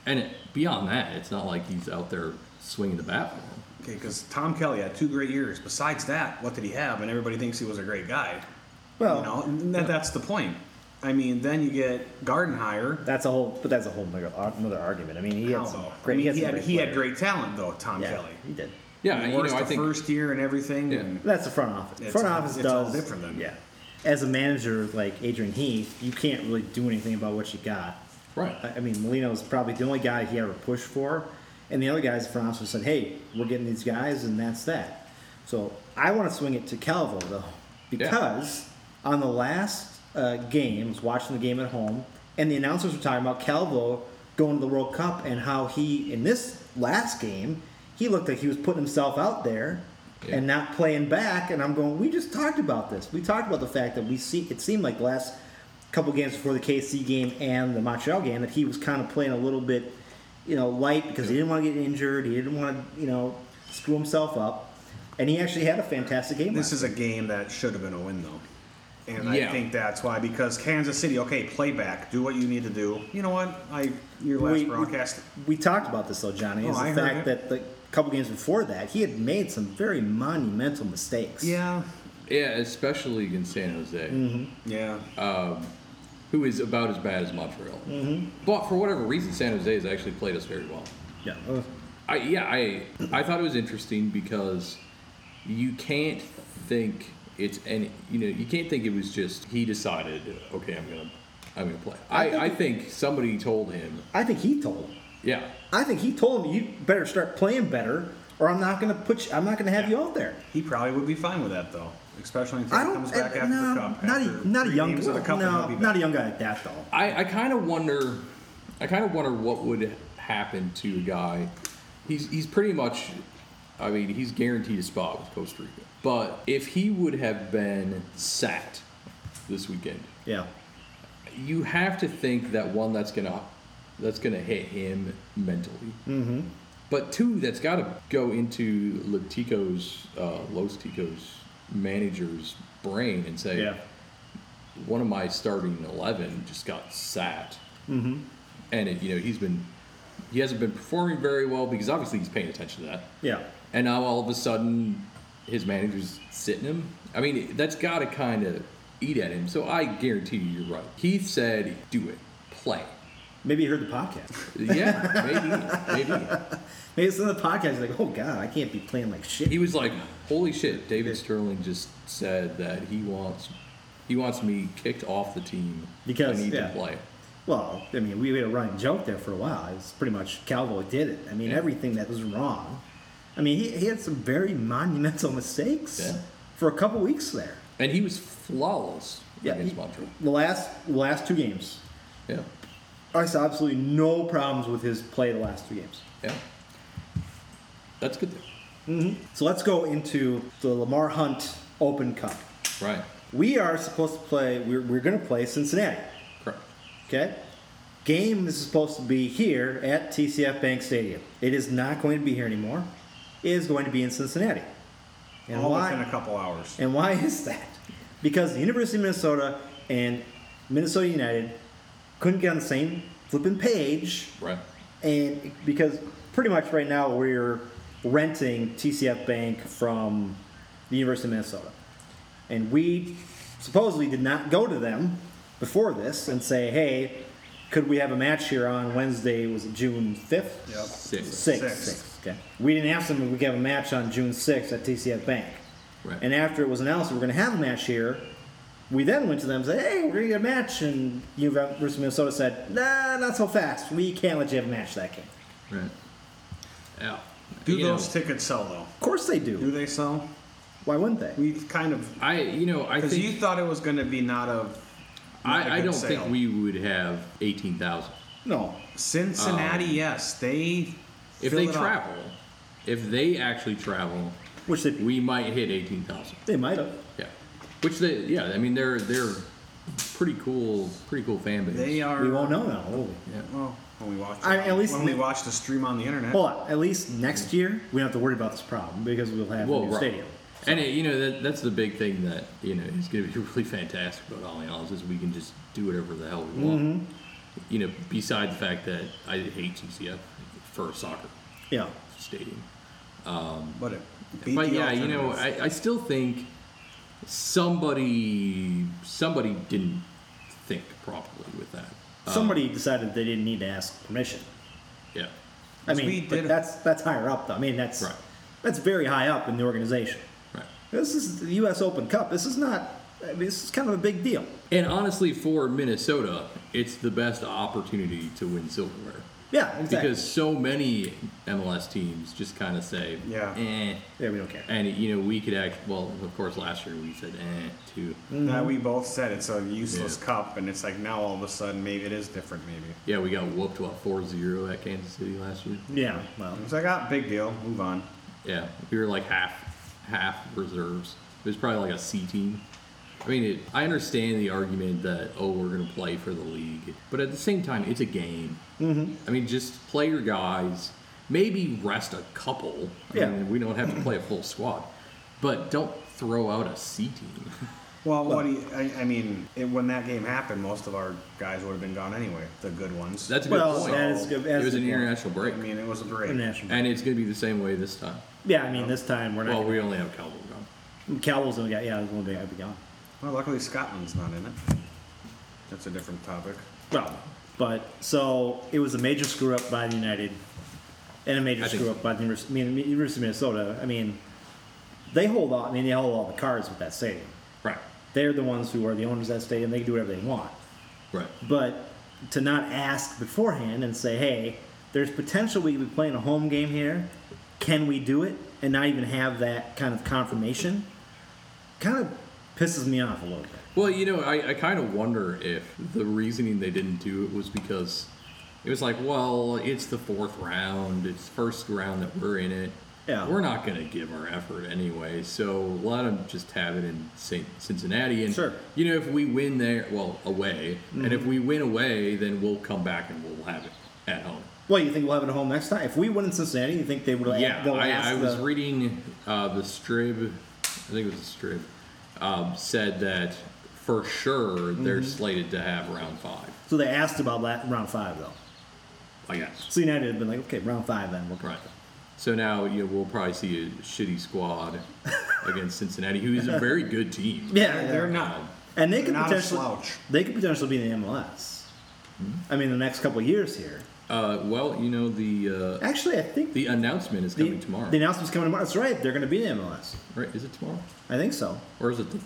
Speaker 3: And it, beyond that, it's not like he's out there swinging the bat. for 'em.
Speaker 4: Okay, because Tom Kelly had two great years. Besides that, what did he have? And everybody thinks he was a great guy.
Speaker 1: well
Speaker 4: you know, and that, that's the point. I mean, then you get Gardenhire.
Speaker 1: that's a whole but that's a whole nother, ar- another argument i mean he
Speaker 4: I
Speaker 1: had
Speaker 4: don't
Speaker 1: some
Speaker 4: know.
Speaker 1: great
Speaker 4: I mean,
Speaker 1: he had,
Speaker 4: he,
Speaker 1: some
Speaker 4: had,
Speaker 1: great
Speaker 4: he had
Speaker 1: players.
Speaker 4: great talent, though, Tom
Speaker 1: yeah
Speaker 4: Kelly.
Speaker 1: he did
Speaker 3: Yeah,
Speaker 4: He
Speaker 3: you
Speaker 4: was
Speaker 3: know, I
Speaker 4: the
Speaker 3: think
Speaker 4: first year and everything.
Speaker 3: Yeah.
Speaker 4: And
Speaker 1: that's the front office
Speaker 4: It's
Speaker 1: front
Speaker 4: all-
Speaker 1: office
Speaker 4: it's all
Speaker 1: does
Speaker 4: different then.
Speaker 1: yeah as a manager like adrian heath you can't really do anything about what you got
Speaker 3: right.
Speaker 1: I I mean, Molino's probably the only guy he ever pushed for, and the other guys from Oxford said, "Hey, we're getting these guys, and that's that." So I want to swing it to Calvo though, because on the last uh, game, I was watching the game at home, and the announcers were talking about Calvo going to the World Cup and how he in this last game he looked like he was putting himself out there.
Speaker 3: Yeah.
Speaker 1: And not playing back, and I'm going. We just talked about this. We talked about the fact that we see. It seemed like the last couple games before the KC game and the Montreal game that he was kind of playing a little bit, you know, light because he didn't want to get injured. He didn't want to, you know, screw himself up. And he actually had a fantastic game. last
Speaker 4: this is a game that should have been a win, though. And I
Speaker 3: Yeah.
Speaker 4: think that's why, because Kansas City, okay, play back, do what you need to do. You know what? I Your last
Speaker 1: We-
Speaker 4: broadcast,
Speaker 1: we talked about this though, Johnny. Is
Speaker 4: Oh, I
Speaker 1: the
Speaker 4: heard
Speaker 1: fact that
Speaker 4: it.
Speaker 1: the couple games before that he had made some very monumental mistakes.
Speaker 4: yeah,
Speaker 3: Yeah, especially against San Jose.
Speaker 4: yeah.
Speaker 3: who is about as bad as Montreal. But for whatever reason, San Jose has actually played us very well.
Speaker 1: yeah. Uh,
Speaker 3: I, yeah, I I thought it was interesting because you can't think it's any you know you can't think it was just he decided okay I'm gonna I'm gonna play. I, I think somebody told him
Speaker 1: I think he told him.
Speaker 3: yeah
Speaker 1: I think he told him you better start playing better, or I'm not going to put. You, I'm not going to have you out there.
Speaker 4: he probably would be fine with that, though, especially if he
Speaker 1: I don't.
Speaker 4: comes back
Speaker 1: uh,
Speaker 4: after
Speaker 1: no,
Speaker 4: the cup.
Speaker 1: not
Speaker 4: after
Speaker 1: a not a
Speaker 4: three
Speaker 1: young
Speaker 4: games with the cup, and he'll
Speaker 1: no,
Speaker 4: be back.
Speaker 1: not a young guy at that though.
Speaker 3: I, I kind of wonder. I kind of wonder what would happen to a guy. He's he's pretty much I mean, he's guaranteed a spot with Costa Rica. But if he would have been sat this weekend,
Speaker 1: Yeah.
Speaker 3: you have to think that one that's gonna that's gonna hit him mentally. Mm-hmm. But two, that's got to go into Latico's uh, Los Tico's manager's brain and say,
Speaker 1: Yeah.
Speaker 3: one of my starting eleven just got sat, mm-hmm. and it, you know he's been he hasn't been performing very well because obviously he's paying attention to that,
Speaker 1: Yeah.
Speaker 3: and now all of a sudden his manager's sitting him. I mean that's got to kind of eat at him. So I guarantee you, you're right. Keith said, "Do it, play."
Speaker 1: Maybe you heard the podcast.
Speaker 3: Yeah, maybe, maybe.
Speaker 1: Maybe it's in the podcast. Like, oh god, I can't be playing like shit.
Speaker 3: He was like, "Holy shit!" David Sterling just said that he wants he wants me kicked off the team
Speaker 1: Because,
Speaker 3: I need
Speaker 1: yeah.
Speaker 3: to play.
Speaker 1: Well, I mean, we had a running joke there for a while. It was pretty much Calvo did it. I mean,
Speaker 3: Yeah.
Speaker 1: everything that was wrong. I mean, he, he had some very monumental mistakes
Speaker 3: Yeah.
Speaker 1: for a couple weeks there.
Speaker 3: And he was flawless
Speaker 1: Yeah,
Speaker 3: against
Speaker 1: he-
Speaker 3: Montreal.
Speaker 1: The last last two games,
Speaker 3: Yeah,
Speaker 1: I saw absolutely no problems with his play the last two games.
Speaker 3: yeah. That's good.
Speaker 1: So let's go into the Lamar Hunt Open Cup.
Speaker 3: Right.
Speaker 1: We are supposed to play. We're, we're going to play Cincinnati.
Speaker 3: Correct.
Speaker 1: Okay. Game is supposed to be here at TCF Bank Stadium. It is not going to be here anymore. It is going to be in Cincinnati. And
Speaker 4: all
Speaker 1: why?
Speaker 4: within a couple hours.
Speaker 1: And why is that? Because the University of Minnesota and Minnesota United couldn't get on the same flipping page,
Speaker 3: Right.
Speaker 1: and because pretty much right now we're renting TCF Bank from the University of Minnesota, and we supposedly did not go to them before this and say, "Hey, could we have a match here on Wednesday? Was it June fifth?
Speaker 4: Yep.
Speaker 3: Six.
Speaker 1: Six.
Speaker 4: Six.
Speaker 1: Six. Okay. We didn't ask them if we could have a match on June 6th at TCF Bank.
Speaker 3: Right.
Speaker 1: And after it was announced we're going to have a match here, we then went to them and said, hey, we're going to get a match. And University of Minnesota said, nah, not so fast. We can't let you have a match that game.
Speaker 3: Right. Yeah.
Speaker 4: Do
Speaker 3: You know,
Speaker 4: those tickets sell though?
Speaker 1: Of course they
Speaker 4: Do
Speaker 1: do.
Speaker 4: they sell?
Speaker 1: Why wouldn't they?
Speaker 4: We kind of
Speaker 3: I you know I
Speaker 4: because
Speaker 3: think
Speaker 4: you thought it was going to be not a. not a
Speaker 3: I, I
Speaker 4: good
Speaker 3: don't
Speaker 4: sale.
Speaker 3: think we would have eighteen thousand
Speaker 1: No.
Speaker 4: Cincinnati, yes, they.
Speaker 3: Um, if
Speaker 4: fill
Speaker 3: they
Speaker 4: it up.
Speaker 3: travel. If they actually travel,
Speaker 1: Which they,
Speaker 3: we might hit eighteen thousand.
Speaker 1: they might have.
Speaker 3: Yeah, which they yeah I mean they're they're pretty cool pretty cool fan base.
Speaker 4: They are.
Speaker 1: We won't know now, will we?
Speaker 4: Well, when we watch,
Speaker 1: I- at least
Speaker 4: when we
Speaker 1: we-
Speaker 4: watch the stream on the internet.
Speaker 1: Hold on. At least next year, we don't have to worry about this problem because we'll have
Speaker 3: Well,
Speaker 1: a new
Speaker 3: right.
Speaker 1: stadium.
Speaker 3: And it, you know that that's the big thing that you know is going to be really fantastic about Allianz is we can just do whatever the hell we want.
Speaker 1: Mm-hmm.
Speaker 3: You know, beside the fact that I hate TCF for a soccer
Speaker 1: Yeah.
Speaker 3: stadium,
Speaker 4: but it beat
Speaker 3: but
Speaker 4: the
Speaker 3: yeah, you know,
Speaker 4: alternatives.
Speaker 3: I, I still think somebody somebody didn't think properly with that. Uh,
Speaker 1: Somebody decided they didn't need to ask permission.
Speaker 3: Yeah,
Speaker 1: I
Speaker 4: Because
Speaker 1: mean,
Speaker 4: we
Speaker 1: but
Speaker 4: did-
Speaker 1: that's that's higher up. Though. I mean, that's
Speaker 3: Right.
Speaker 1: that's very high up in the organization.
Speaker 3: right.
Speaker 1: This is the U.S. Open Cup. This is not. I mean, this is kind of a big deal.
Speaker 3: And honestly, for Minnesota, it's the best opportunity to win silverware.
Speaker 1: Yeah, exactly.
Speaker 3: because so many MLS teams just kind of say,
Speaker 4: Yeah.
Speaker 3: eh.
Speaker 1: yeah, we don't care.
Speaker 3: And you know, we could act. Well, of course, last year we said, eh, too.
Speaker 4: Now we both said it's a useless
Speaker 3: Yeah.
Speaker 4: cup, and it's like now all of a sudden maybe it is different. Maybe
Speaker 3: Yeah, we got whooped what 4-0 at Kansas City last year.
Speaker 1: Yeah, well,
Speaker 4: it's like ah, big deal. Move on.
Speaker 3: Yeah, we were like half half reserves. It was probably like a C team. I mean, it, I understand the argument that oh, we're gonna play for the league, but at the same time, it's a game. Mm-hmm. I mean, just play your guys. Maybe rest a couple. I
Speaker 1: Yeah.
Speaker 3: mean, we don't have to play a full squad, but don't throw out a C team.
Speaker 4: Well, what do you, I, I mean, it, when that game happened, most of our guys would have been gone anyway. The good ones.
Speaker 3: That's a good
Speaker 1: well,
Speaker 3: point.
Speaker 1: that is good.
Speaker 3: it
Speaker 1: That's
Speaker 3: was
Speaker 1: a
Speaker 3: an
Speaker 1: good point.
Speaker 3: international break,
Speaker 4: I mean, it was a break.
Speaker 1: international.
Speaker 3: and it's gonna be the same way this time.
Speaker 1: yeah, I mean, this time we're
Speaker 3: Well,
Speaker 1: not.
Speaker 3: we only have Calvo gone.
Speaker 1: Cowboys and yeah, yeah, one day I'd be gone.
Speaker 4: Well, luckily Scotland's not in it. That's a different topic.
Speaker 1: Well, but so it was a major screw up by the United, and a major
Speaker 3: I think
Speaker 1: screw
Speaker 3: so.
Speaker 1: up by the Univers- I mean, University of Minnesota. I mean, they hold all. I mean, they hold all the cards with that stadium.
Speaker 3: Right.
Speaker 1: They're the ones who are the owners of that stadium. They can do whatever they want.
Speaker 3: Right.
Speaker 1: But to not ask beforehand and say, hey, there's potential we could be playing a home game here. Can we do it? And not even have that kind of confirmation kind of pisses me off a little bit.
Speaker 3: Well, you know, I, I kind of wonder if the reasoning they didn't do it was because it was like, well, it's the fourth round, it's the first round that we're in it.
Speaker 1: Yeah.
Speaker 3: we're not going to give our effort anyway. So let them just have it in Saint Cincinnati. And
Speaker 1: Sure. Mm-hmm.
Speaker 3: you know, if we win there, well, away, and if we win away, then we'll come back and we'll have it at home.
Speaker 1: Well, you think we'll have it at home next time? If we win in Cincinnati, you think they would?
Speaker 3: Yeah,
Speaker 1: they'll ask
Speaker 3: I, I was
Speaker 1: the-
Speaker 3: reading uh, the Strib, I think it was the Strib, um, said that for sure they're
Speaker 1: Mm-hmm.
Speaker 3: slated to have round five.
Speaker 1: so they asked about la round five though.
Speaker 3: I guess.
Speaker 1: So United had been like, okay, round five then. We'll
Speaker 3: Right. So now you know, we'll probably see a shitty squad against Cincinnati, who is a very good team.
Speaker 1: Yeah, yeah.
Speaker 4: They're not.
Speaker 3: Um,
Speaker 1: and they could
Speaker 4: not a
Speaker 1: potentially
Speaker 4: slouch.
Speaker 1: they could potentially be in the MLS. I mean, the next couple of years here.
Speaker 3: uh, well, you know the uh,
Speaker 1: Actually, I think
Speaker 3: the announcement is
Speaker 1: the,
Speaker 3: coming tomorrow.
Speaker 1: the announcement's coming tomorrow. That's right. They're going to be in the MLS.
Speaker 3: right? Is it tomorrow
Speaker 1: I think so.
Speaker 3: or is it? The,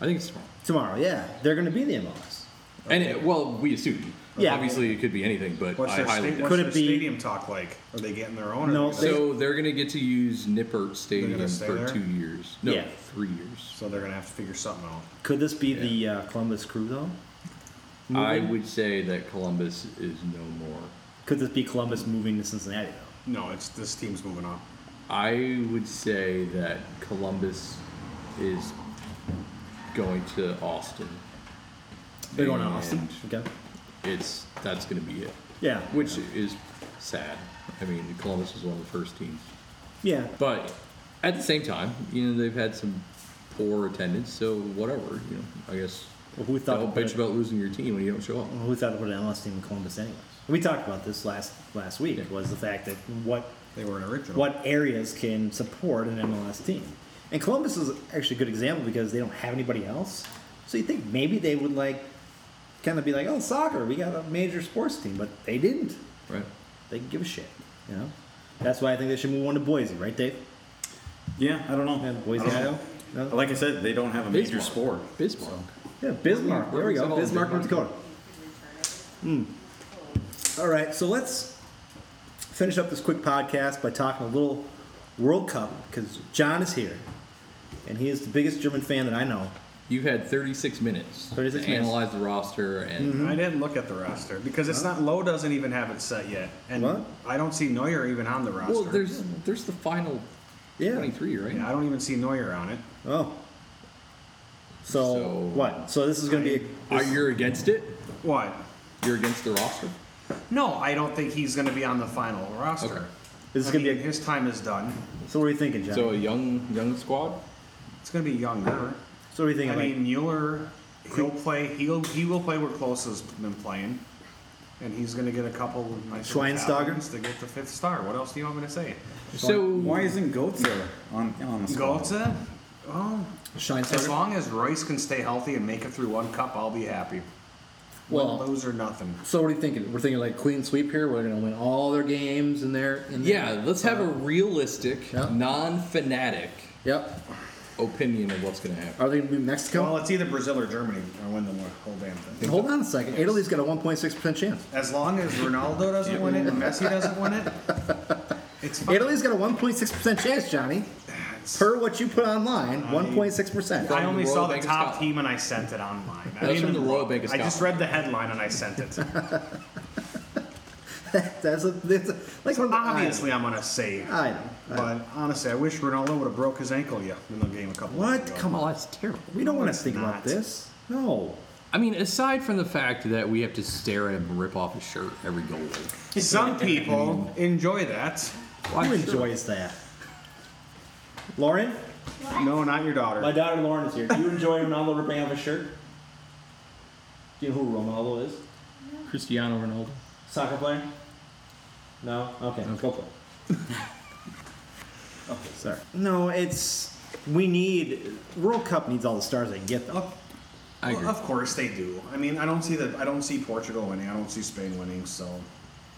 Speaker 3: I think it's tomorrow.
Speaker 1: Tomorrow, yeah, they're going to be in the MLS.
Speaker 3: And it, well, we assume.
Speaker 1: Yeah.
Speaker 3: Obviously, it could be anything, but
Speaker 4: What's
Speaker 3: I
Speaker 4: their,
Speaker 3: highly
Speaker 4: sta-
Speaker 3: doubt
Speaker 4: what's
Speaker 1: Could
Speaker 4: their
Speaker 1: it be-
Speaker 4: stadium talk like? Are they getting their own? or
Speaker 1: No,
Speaker 4: are they gonna-
Speaker 3: So they're going to get to use Nippert Stadium
Speaker 4: gonna stay
Speaker 3: for
Speaker 4: there?
Speaker 3: two years. No,
Speaker 1: Yeah.
Speaker 3: three years.
Speaker 4: so they're gonna have to figure something out.
Speaker 1: Could this be the uh, Columbus Crew though?
Speaker 3: I would say that Columbus is no more.
Speaker 1: Could this be Columbus moving to Cincinnati though?
Speaker 4: No, it's this team's moving on.
Speaker 3: I would say that Columbus is going to Austin.
Speaker 1: They're going to Austin.
Speaker 3: And
Speaker 1: Okay.
Speaker 3: It's that's going to be it,
Speaker 1: Yeah.
Speaker 3: which is sad. I mean, Columbus was one of the first teams,
Speaker 1: Yeah.
Speaker 3: but at the same time, you know, they've had some poor attendance, so whatever. You know, I guess.
Speaker 1: Well, who thought
Speaker 3: Don't
Speaker 1: that-
Speaker 3: bitch about losing your team when you don't show up.
Speaker 1: Well, who thought to put an MLS team in Columbus anyway? We talked about this last last week. Was the fact that what
Speaker 4: They were an original.
Speaker 1: what areas can support an MLS team? And Columbus is actually a good example because they don't have anybody else. So you think maybe they would like kind of be like, oh, soccer, we got a major sports team, but they didn't.
Speaker 3: Right.
Speaker 1: They give a shit. You know, that's why I think they should move on to Boise, right, Dave?
Speaker 2: Yeah, I don't know.
Speaker 1: Yeah, Boise,
Speaker 2: I don't
Speaker 1: Idaho.
Speaker 2: know.
Speaker 1: No?
Speaker 2: Like I said, they don't have a major sport.
Speaker 3: Bismarck.
Speaker 1: Yeah, Bismarck. There we go. Bismarck, North Dakota. Mm. All right, so let's finish up this quick podcast by talking a little World Cup because John is here, and he is the biggest German fan that I know.
Speaker 3: You've had 36 minutes
Speaker 1: 36
Speaker 3: to
Speaker 1: minutes.
Speaker 3: analyze the roster and
Speaker 4: Mm-hmm. I didn't look at the roster because it's not Lowe doesn't even have it set yet, and
Speaker 1: What?
Speaker 4: I don't see Neuer even on the roster.
Speaker 3: well, there's there's the final
Speaker 1: Yeah.
Speaker 3: 23, right?
Speaker 4: Yeah, I don't even see Neuer on it.
Speaker 1: Oh. So,
Speaker 3: So-
Speaker 1: what? So this is going to be. A,
Speaker 3: Are you against it?
Speaker 4: What?
Speaker 3: You're against the roster?
Speaker 4: No, I don't think he's going to be on the final roster.
Speaker 3: Okay.
Speaker 1: this is
Speaker 4: I
Speaker 1: going to
Speaker 4: mean,
Speaker 1: be. A,
Speaker 4: his time is done.
Speaker 1: so what are you thinking, John?
Speaker 3: So
Speaker 1: So,
Speaker 3: a young young squad.
Speaker 4: It's going to be younger.
Speaker 1: what are you
Speaker 4: I
Speaker 1: thinking? like,
Speaker 4: mean, Mueller, he'll play. He'll he will play where Klose has been playing, and he's going to get a couple of nice little
Speaker 1: Schweinsteiger?
Speaker 4: tappings to get the fifth star. What else do you want me to say?
Speaker 3: So
Speaker 2: why isn't Goetze on on the squad?
Speaker 4: Goetze? Oh, as long as Royce can stay healthy and make it through one cup, I'll be happy.
Speaker 5: Well-
Speaker 4: Win, lose or nothing.
Speaker 5: So what are you thinking? We're thinking like clean sweep here. We're gonna win all their games in there. In there.
Speaker 3: yeah, let's have a realistic,
Speaker 5: Yeah.
Speaker 3: non-fanatic
Speaker 5: Yep.
Speaker 3: opinion of what's going to happen.
Speaker 5: Are they gonna be Mexico?
Speaker 4: Well, it's either Brazil or Germany or win the whole damn thing.
Speaker 5: Hold on a second. Italy's got a 1.6 percent chance.
Speaker 4: As long as Ronaldo doesn't win it and Messi doesn't win it, it's fine.
Speaker 5: Italy's got a 1.6 percent chance, Johnny. Per what you put online, 1.6 percent.
Speaker 4: I
Speaker 3: From
Speaker 4: only
Speaker 3: the
Speaker 4: saw
Speaker 3: Royal
Speaker 4: the
Speaker 3: Bank of
Speaker 4: top
Speaker 3: Scotland.
Speaker 4: team and I sent it online.
Speaker 3: That's
Speaker 4: I didn't
Speaker 3: from
Speaker 4: even
Speaker 3: the Royal
Speaker 4: look.
Speaker 3: Bank of
Speaker 4: I just read
Speaker 3: Scotland.
Speaker 4: the headline and I sent it.
Speaker 5: That's a, that's a like one of the-
Speaker 4: Obviously, I'm gonna say.
Speaker 5: I know. I know.
Speaker 4: But honestly, I wish Ronaldo would have broke his ankle yeah in the game a couple.
Speaker 1: what?
Speaker 4: Weeks ago.
Speaker 1: Come on,
Speaker 3: that's terrible.
Speaker 1: we don't want to
Speaker 4: it's
Speaker 1: think about
Speaker 4: not.
Speaker 1: this. No.
Speaker 3: I mean, aside from the fact that we have to stare at him and rip off his shirt every goal.
Speaker 4: Some people enjoy that.
Speaker 1: Who enjoys that? Lauren,
Speaker 4: No, not your daughter.
Speaker 1: my daughter Lauren is here. Do you enjoy Ronaldo ripping off his shirt? Do you know who Ronaldo is?
Speaker 3: Cristiano Ronaldo.
Speaker 1: Soccer player? No? Okay, go play. okay, sorry. No, it's. We need. World Cup needs all the stars they can get, though.
Speaker 4: Of-
Speaker 3: I agree.
Speaker 4: Well, of course they do. I mean, I don't see the I don't see Portugal winning. I don't see Spain winning. So,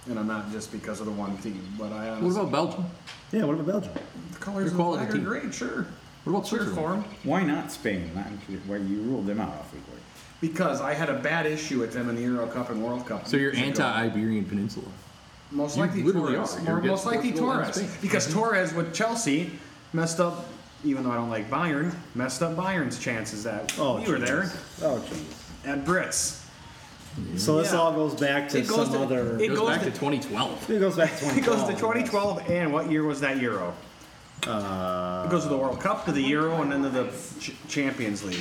Speaker 4: and I'm not just because of the one team, but I
Speaker 3: What
Speaker 4: honestly
Speaker 3: about Belgium?
Speaker 1: Yeah, what about Belgium?
Speaker 4: the colors
Speaker 3: your
Speaker 4: of the
Speaker 3: quality
Speaker 4: flag are
Speaker 3: team?
Speaker 4: great. Sure,
Speaker 3: What about
Speaker 4: cheer
Speaker 3: Switzerland?
Speaker 4: for 'em.
Speaker 2: Why not Spain? Not, why you ruled them out off weekly.
Speaker 4: because I had a bad issue with them in the Euro Cup and World Cup.
Speaker 3: So you're
Speaker 4: years ago.
Speaker 3: anti-Iberian Peninsula.
Speaker 4: Most
Speaker 3: You
Speaker 4: likely
Speaker 3: literally
Speaker 4: Torres.
Speaker 3: are. You're
Speaker 4: Or most
Speaker 3: against
Speaker 4: likely
Speaker 3: Portugal and
Speaker 4: Torres.
Speaker 3: Spain. Mm-hmm.
Speaker 4: Because Torres with Chelsea messed up, even though I don't like Bayern, messed up Bayern's chances that
Speaker 1: Oh,
Speaker 4: you were there
Speaker 1: Jesus. Oh, jeez.
Speaker 4: at Brits.
Speaker 1: So this
Speaker 4: Yeah.
Speaker 1: all goes back to
Speaker 4: It goes
Speaker 1: some
Speaker 4: to-
Speaker 1: other.
Speaker 3: It
Speaker 1: It,
Speaker 4: it-
Speaker 3: goes,
Speaker 4: goes
Speaker 3: back
Speaker 4: to-
Speaker 3: to 2012.
Speaker 1: goes back to
Speaker 4: It goes to
Speaker 1: 2012.
Speaker 4: 2012, and what year was that Euro?
Speaker 1: Uh,
Speaker 4: It goes to the World Cup, to the Euro, and then to the Ch- Champions League.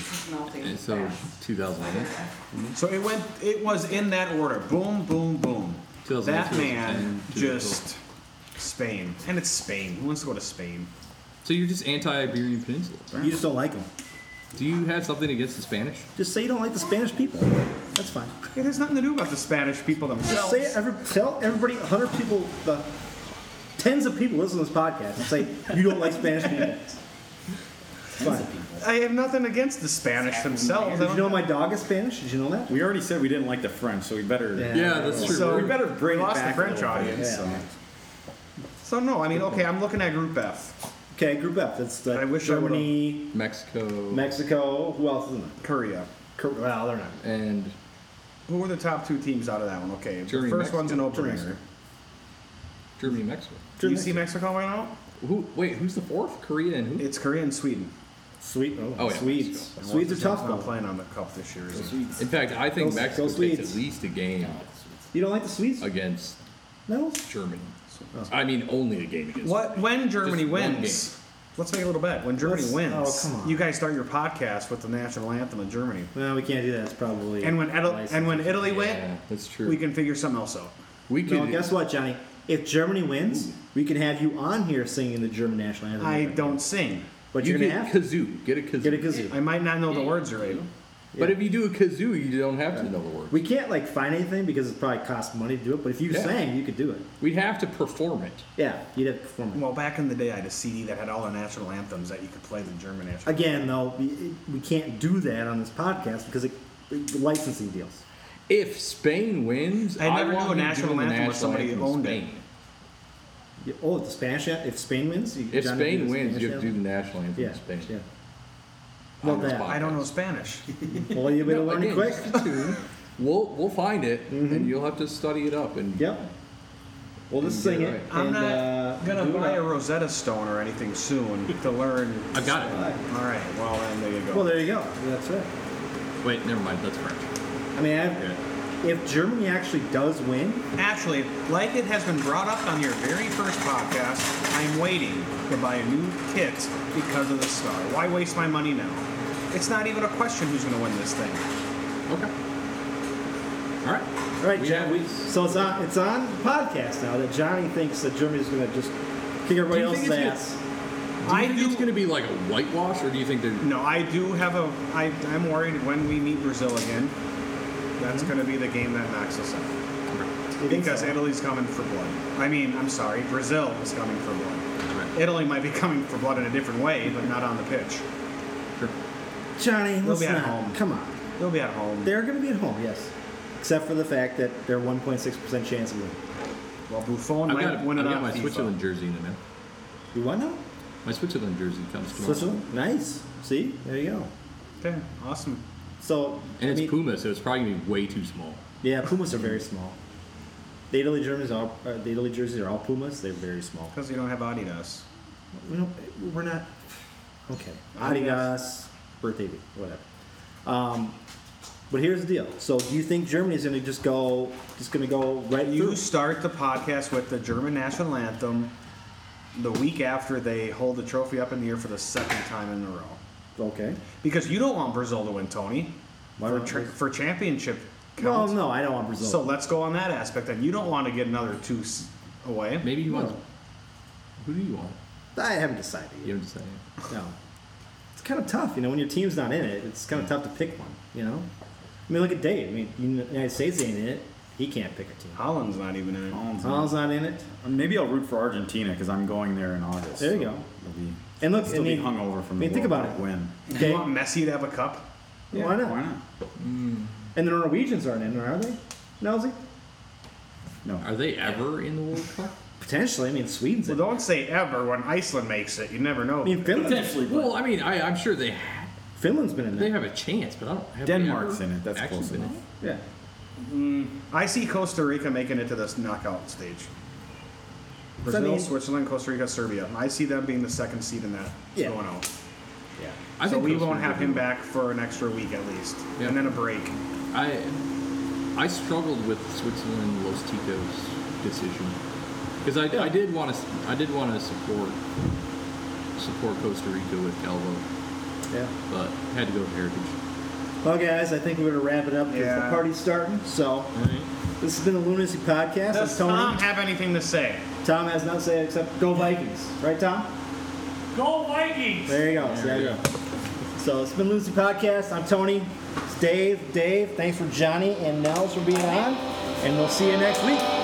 Speaker 3: And so 2008.
Speaker 4: So it went. It was in that order. Boom, boom, boom.
Speaker 3: 2000,
Speaker 4: That man
Speaker 3: 2010,
Speaker 4: just Spain, and it's Spain. Who wants to go to Spain?
Speaker 3: So you're just anti-Iberian Peninsula.
Speaker 1: you just don't like them.
Speaker 3: Do you have something against the Spanish?
Speaker 1: Just say you don't like the Spanish people. That's fine.
Speaker 4: It has nothing to do about the Spanish people
Speaker 1: Just
Speaker 4: themselves.
Speaker 1: say it every, tell everybody, hundred people, the tens of people listen to this podcast, and say you don't like Spanish people. It's fine.
Speaker 4: I have nothing against the Spanish themselves. I
Speaker 1: Did you
Speaker 4: don't-
Speaker 1: know my dog is Spanish? Did you know that?
Speaker 2: We already said we didn't like the French, so we better.
Speaker 1: Yeah.
Speaker 3: Yeah, that's true.
Speaker 4: So-
Speaker 2: We better bring
Speaker 4: We
Speaker 2: it
Speaker 4: lost the
Speaker 2: back a
Speaker 4: French
Speaker 2: little bit,
Speaker 4: audience,
Speaker 2: so.
Speaker 1: Yeah.
Speaker 4: So no, I mean, okay, I'm looking at Group F.
Speaker 1: Okay, Group F. That's the
Speaker 4: I wish I
Speaker 1: Germany,
Speaker 3: Mexico
Speaker 1: Mexico. Who else is in there?
Speaker 4: Korea.
Speaker 1: Cor- Well, they're not.
Speaker 3: and
Speaker 4: Who were the top two teams out of that one? Okay, the
Speaker 3: Germany,
Speaker 4: first one's a
Speaker 3: Mexico.
Speaker 4: no-brainer.
Speaker 3: Germany, Mexico.
Speaker 4: Do you see Mexico right now?
Speaker 3: Who? Wait, who's the fourth? Korea and who?
Speaker 4: It's Korea and Sweden.
Speaker 1: Sweet. Oh,
Speaker 3: Oh, yeah,
Speaker 1: Swedes. Swedes are tough
Speaker 4: Not
Speaker 1: though.
Speaker 4: playing on the cup this year. is it?
Speaker 3: In fact, I think
Speaker 1: Those-
Speaker 3: Mexico
Speaker 1: those
Speaker 3: takes
Speaker 1: Swedes.
Speaker 3: at least a game
Speaker 1: You don't like the Swedes?
Speaker 3: against
Speaker 1: No.
Speaker 3: Germany.
Speaker 1: Oh.
Speaker 3: I mean, only a game against.
Speaker 4: What? When Germany
Speaker 3: Just one
Speaker 4: wins? Let's make a little bet. When Germany
Speaker 1: Let's-
Speaker 4: wins,
Speaker 1: oh, come on.
Speaker 4: you guys start your podcast with the national anthem of Germany.
Speaker 1: No, we can't do that. It's probably.
Speaker 4: And when Italy,
Speaker 1: licensed.
Speaker 4: and when Italy
Speaker 3: Yeah,
Speaker 4: went,
Speaker 3: that's true.
Speaker 4: we can figure something else out.
Speaker 3: We
Speaker 1: No,
Speaker 3: could.
Speaker 1: guess what, Johnny? If Germany wins, we can have you on here singing the German national anthem.
Speaker 4: I don't sing.
Speaker 1: But
Speaker 3: you
Speaker 1: you're gonna
Speaker 3: get
Speaker 1: have to
Speaker 3: kazoo. Get a kazoo.
Speaker 1: get a kazoo.
Speaker 4: I might not know the words right.
Speaker 3: But if you do a kazoo, you don't have to know the words.
Speaker 1: We can't like find anything because it probably costs money to do it. But if you
Speaker 3: Yeah.
Speaker 1: sang, you could do it.
Speaker 3: We'd have to perform it.
Speaker 1: Yeah, you'd have to perform it.
Speaker 4: Well, back in the day, I had a CD that had all the national anthems that you could play the German national.
Speaker 1: Again, though, we, we can't do that on this podcast because it, it- licensing deals.
Speaker 3: If Spain wins,
Speaker 4: I never
Speaker 3: want
Speaker 4: knew a
Speaker 3: you
Speaker 4: national
Speaker 3: doing the
Speaker 4: anthem with
Speaker 3: national
Speaker 4: somebody
Speaker 3: anthem
Speaker 4: who
Speaker 3: of
Speaker 4: owned it.
Speaker 3: Spain.
Speaker 1: Yeah, Oh, the Spanish. an- If Spain wins, you,
Speaker 3: If
Speaker 1: Johnny, do
Speaker 3: Spain
Speaker 1: the
Speaker 3: wins,
Speaker 1: Spanish
Speaker 3: you have to do
Speaker 1: anthem?
Speaker 3: the national anthem
Speaker 1: Yeah,
Speaker 3: of Spain.
Speaker 1: yeah.
Speaker 3: On
Speaker 1: Well,
Speaker 3: the
Speaker 1: that-
Speaker 3: spot.
Speaker 4: I don't know Spanish.
Speaker 1: Well, you better
Speaker 3: No,
Speaker 1: learn it
Speaker 3: again,
Speaker 1: quick.
Speaker 3: just a tune. We'll we'll find it, and you'll have to study it up. And
Speaker 1: Mm-hmm. Yep. We'll just
Speaker 3: You
Speaker 1: sing
Speaker 3: get
Speaker 1: it.
Speaker 3: it right.
Speaker 4: I'm
Speaker 1: and,
Speaker 4: not
Speaker 1: uh,
Speaker 4: gonna
Speaker 1: do
Speaker 4: buy
Speaker 1: it.
Speaker 4: a Rosetta Stone or anything soon to learn.
Speaker 3: I've got it.
Speaker 4: All right. Well, then there you go.
Speaker 1: Well, there you go. That's it.
Speaker 3: Wait, never mind. That's French.
Speaker 1: I mean, I, if Germany actually does win,
Speaker 4: Actually, like it has been brought up on your very first podcast, I'm waiting to buy a new kit because of the star. Why waste my money now? It's not even a question who's going to win this thing.
Speaker 3: Okay. All right.
Speaker 1: all right,
Speaker 3: We
Speaker 1: John,
Speaker 3: have-
Speaker 1: we, so it's on it's on the podcast now that Johnny thinks that Germany's going to just kick everybody
Speaker 3: Do you
Speaker 1: else's
Speaker 3: think it's
Speaker 1: ass.
Speaker 3: Do you
Speaker 4: I
Speaker 3: think
Speaker 4: do-
Speaker 3: it's going to be like a whitewash, or do you think they're?
Speaker 4: No, I do have a. I, I'm worried when we meet Brazil again. That's going to be the game that knocks us out
Speaker 1: You think
Speaker 4: because
Speaker 1: so?
Speaker 4: Italy's coming for blood. I mean, I'm sorry, Brazil is coming for blood.
Speaker 3: Right.
Speaker 4: Italy might be coming for blood in a different way, but not on the pitch.
Speaker 1: Johnny,
Speaker 4: They'll
Speaker 1: let's
Speaker 4: be
Speaker 1: not.
Speaker 4: at home.
Speaker 1: Come on,
Speaker 4: They'll be at home.
Speaker 1: they're going to be at home, yes. Except for the fact that they're 1.6 percent chance of winning.
Speaker 4: Well, Buffon
Speaker 3: I've
Speaker 4: might
Speaker 3: got, a, I've
Speaker 4: win it
Speaker 3: got
Speaker 4: on
Speaker 3: my
Speaker 4: FIFA.
Speaker 3: Switzerland jersey in the mail.
Speaker 1: You won now?
Speaker 3: My Switzerland jersey comes tomorrow,
Speaker 1: Switzerland, nice. See, there you go.
Speaker 4: Okay, awesome.
Speaker 1: So
Speaker 3: and
Speaker 1: I
Speaker 3: it's
Speaker 1: mean-
Speaker 3: Puma, so it's probably going to be way too small.
Speaker 1: Yeah, Pumas are very small. The Italy jerseys are uh, the Italy jerseys are all Pumas. They're very small.
Speaker 4: Because you don't have Adidas.
Speaker 1: We don't, we're not okay. Adidas, Birth Baby, whatever. Um, but here's the deal. So do you think Germany's going to just go just going to go right
Speaker 4: You
Speaker 1: through?
Speaker 4: start the podcast with the German national anthem the week after they hold the trophy up in the air for the second time in a row.
Speaker 1: Okay.
Speaker 4: Because you don't want Brazil to win, Tony,
Speaker 1: Why
Speaker 4: for,
Speaker 1: would
Speaker 4: tra-
Speaker 1: Brazil-
Speaker 4: for championship
Speaker 1: Well,
Speaker 4: counts.
Speaker 1: no, I don't want Brazil.
Speaker 4: So let's go on that aspect. Then you don't want to get another two s- away.
Speaker 3: Maybe you want.
Speaker 1: No.
Speaker 3: Who do you want?
Speaker 1: I haven't decided
Speaker 3: You
Speaker 1: yet.
Speaker 3: haven't decided.
Speaker 1: No. It's kind of tough, you know. When your team's not in it, it's kind of tough to pick one. You know. I mean, look at Dave. I mean, United States ain't in it. He can't pick a team.
Speaker 4: Holland's not even in it.
Speaker 2: Holland's
Speaker 1: Holland's not in it.
Speaker 2: not- Maybe I'll root for Argentina because I'm going there in August.
Speaker 1: There you go.
Speaker 2: so I'll be,
Speaker 1: And look,
Speaker 2: still
Speaker 1: I mean,
Speaker 2: be hungover from
Speaker 1: I mean,
Speaker 2: the
Speaker 1: think
Speaker 2: World
Speaker 1: about
Speaker 2: Cup
Speaker 1: it.
Speaker 2: win.
Speaker 1: Okay.
Speaker 4: You want Messi to have a cup?
Speaker 1: why not? Hmm.
Speaker 2: Why not?
Speaker 1: And the Norwegians aren't in, it, are they? Nelsie?
Speaker 2: No.
Speaker 3: Are they ever in the World Cup?
Speaker 1: Potentially. I mean, Sweden's
Speaker 4: Well,
Speaker 1: in. it.
Speaker 4: don't say ever when Iceland makes it. You never know.
Speaker 1: I mean, Finland.
Speaker 5: Potentially, but
Speaker 3: Well, I mean, I, I'm sure they ha-
Speaker 1: Finland's been in
Speaker 3: they
Speaker 1: there.
Speaker 3: have a chance, but I don't. Have
Speaker 2: Denmark's
Speaker 3: they ever
Speaker 2: in it, that's
Speaker 3: actually
Speaker 2: close
Speaker 3: been in
Speaker 2: enough.
Speaker 3: it?
Speaker 1: Yeah.
Speaker 4: I see Costa Rica making it to this knockout stage. Brazil,
Speaker 1: mean-
Speaker 4: Switzerland, Costa Rica, Serbia. I see them being the second seed in that
Speaker 1: Yeah.
Speaker 4: going out.
Speaker 1: Yeah.
Speaker 3: I
Speaker 4: so
Speaker 3: think
Speaker 4: we
Speaker 3: Costa
Speaker 4: won't
Speaker 3: Rica
Speaker 4: have him
Speaker 3: will.
Speaker 4: back for an extra week at least,
Speaker 3: Yeah.
Speaker 4: and then a break.
Speaker 3: I I struggled with Switzerland Los Ticos decision because I, I did want to I did want to support support Costa Rica with Calvo,
Speaker 1: Yeah.
Speaker 3: but had to go with Heritage.
Speaker 1: Well, guys, I think we're gonna wrap it up because the
Speaker 4: Yeah.
Speaker 1: party's starting. So this has been a lunacy podcast.
Speaker 6: Does
Speaker 1: I'm Tony.
Speaker 6: Tom have anything to say?
Speaker 1: Tom has not said except go Vikings, right, Tom?
Speaker 6: Go Vikings!
Speaker 1: There you go. So- So it's been Lunacy Podcast. I'm Tony. It's Dave. Dave, thanks for Johnny and Nels for being on, and we'll see you next week.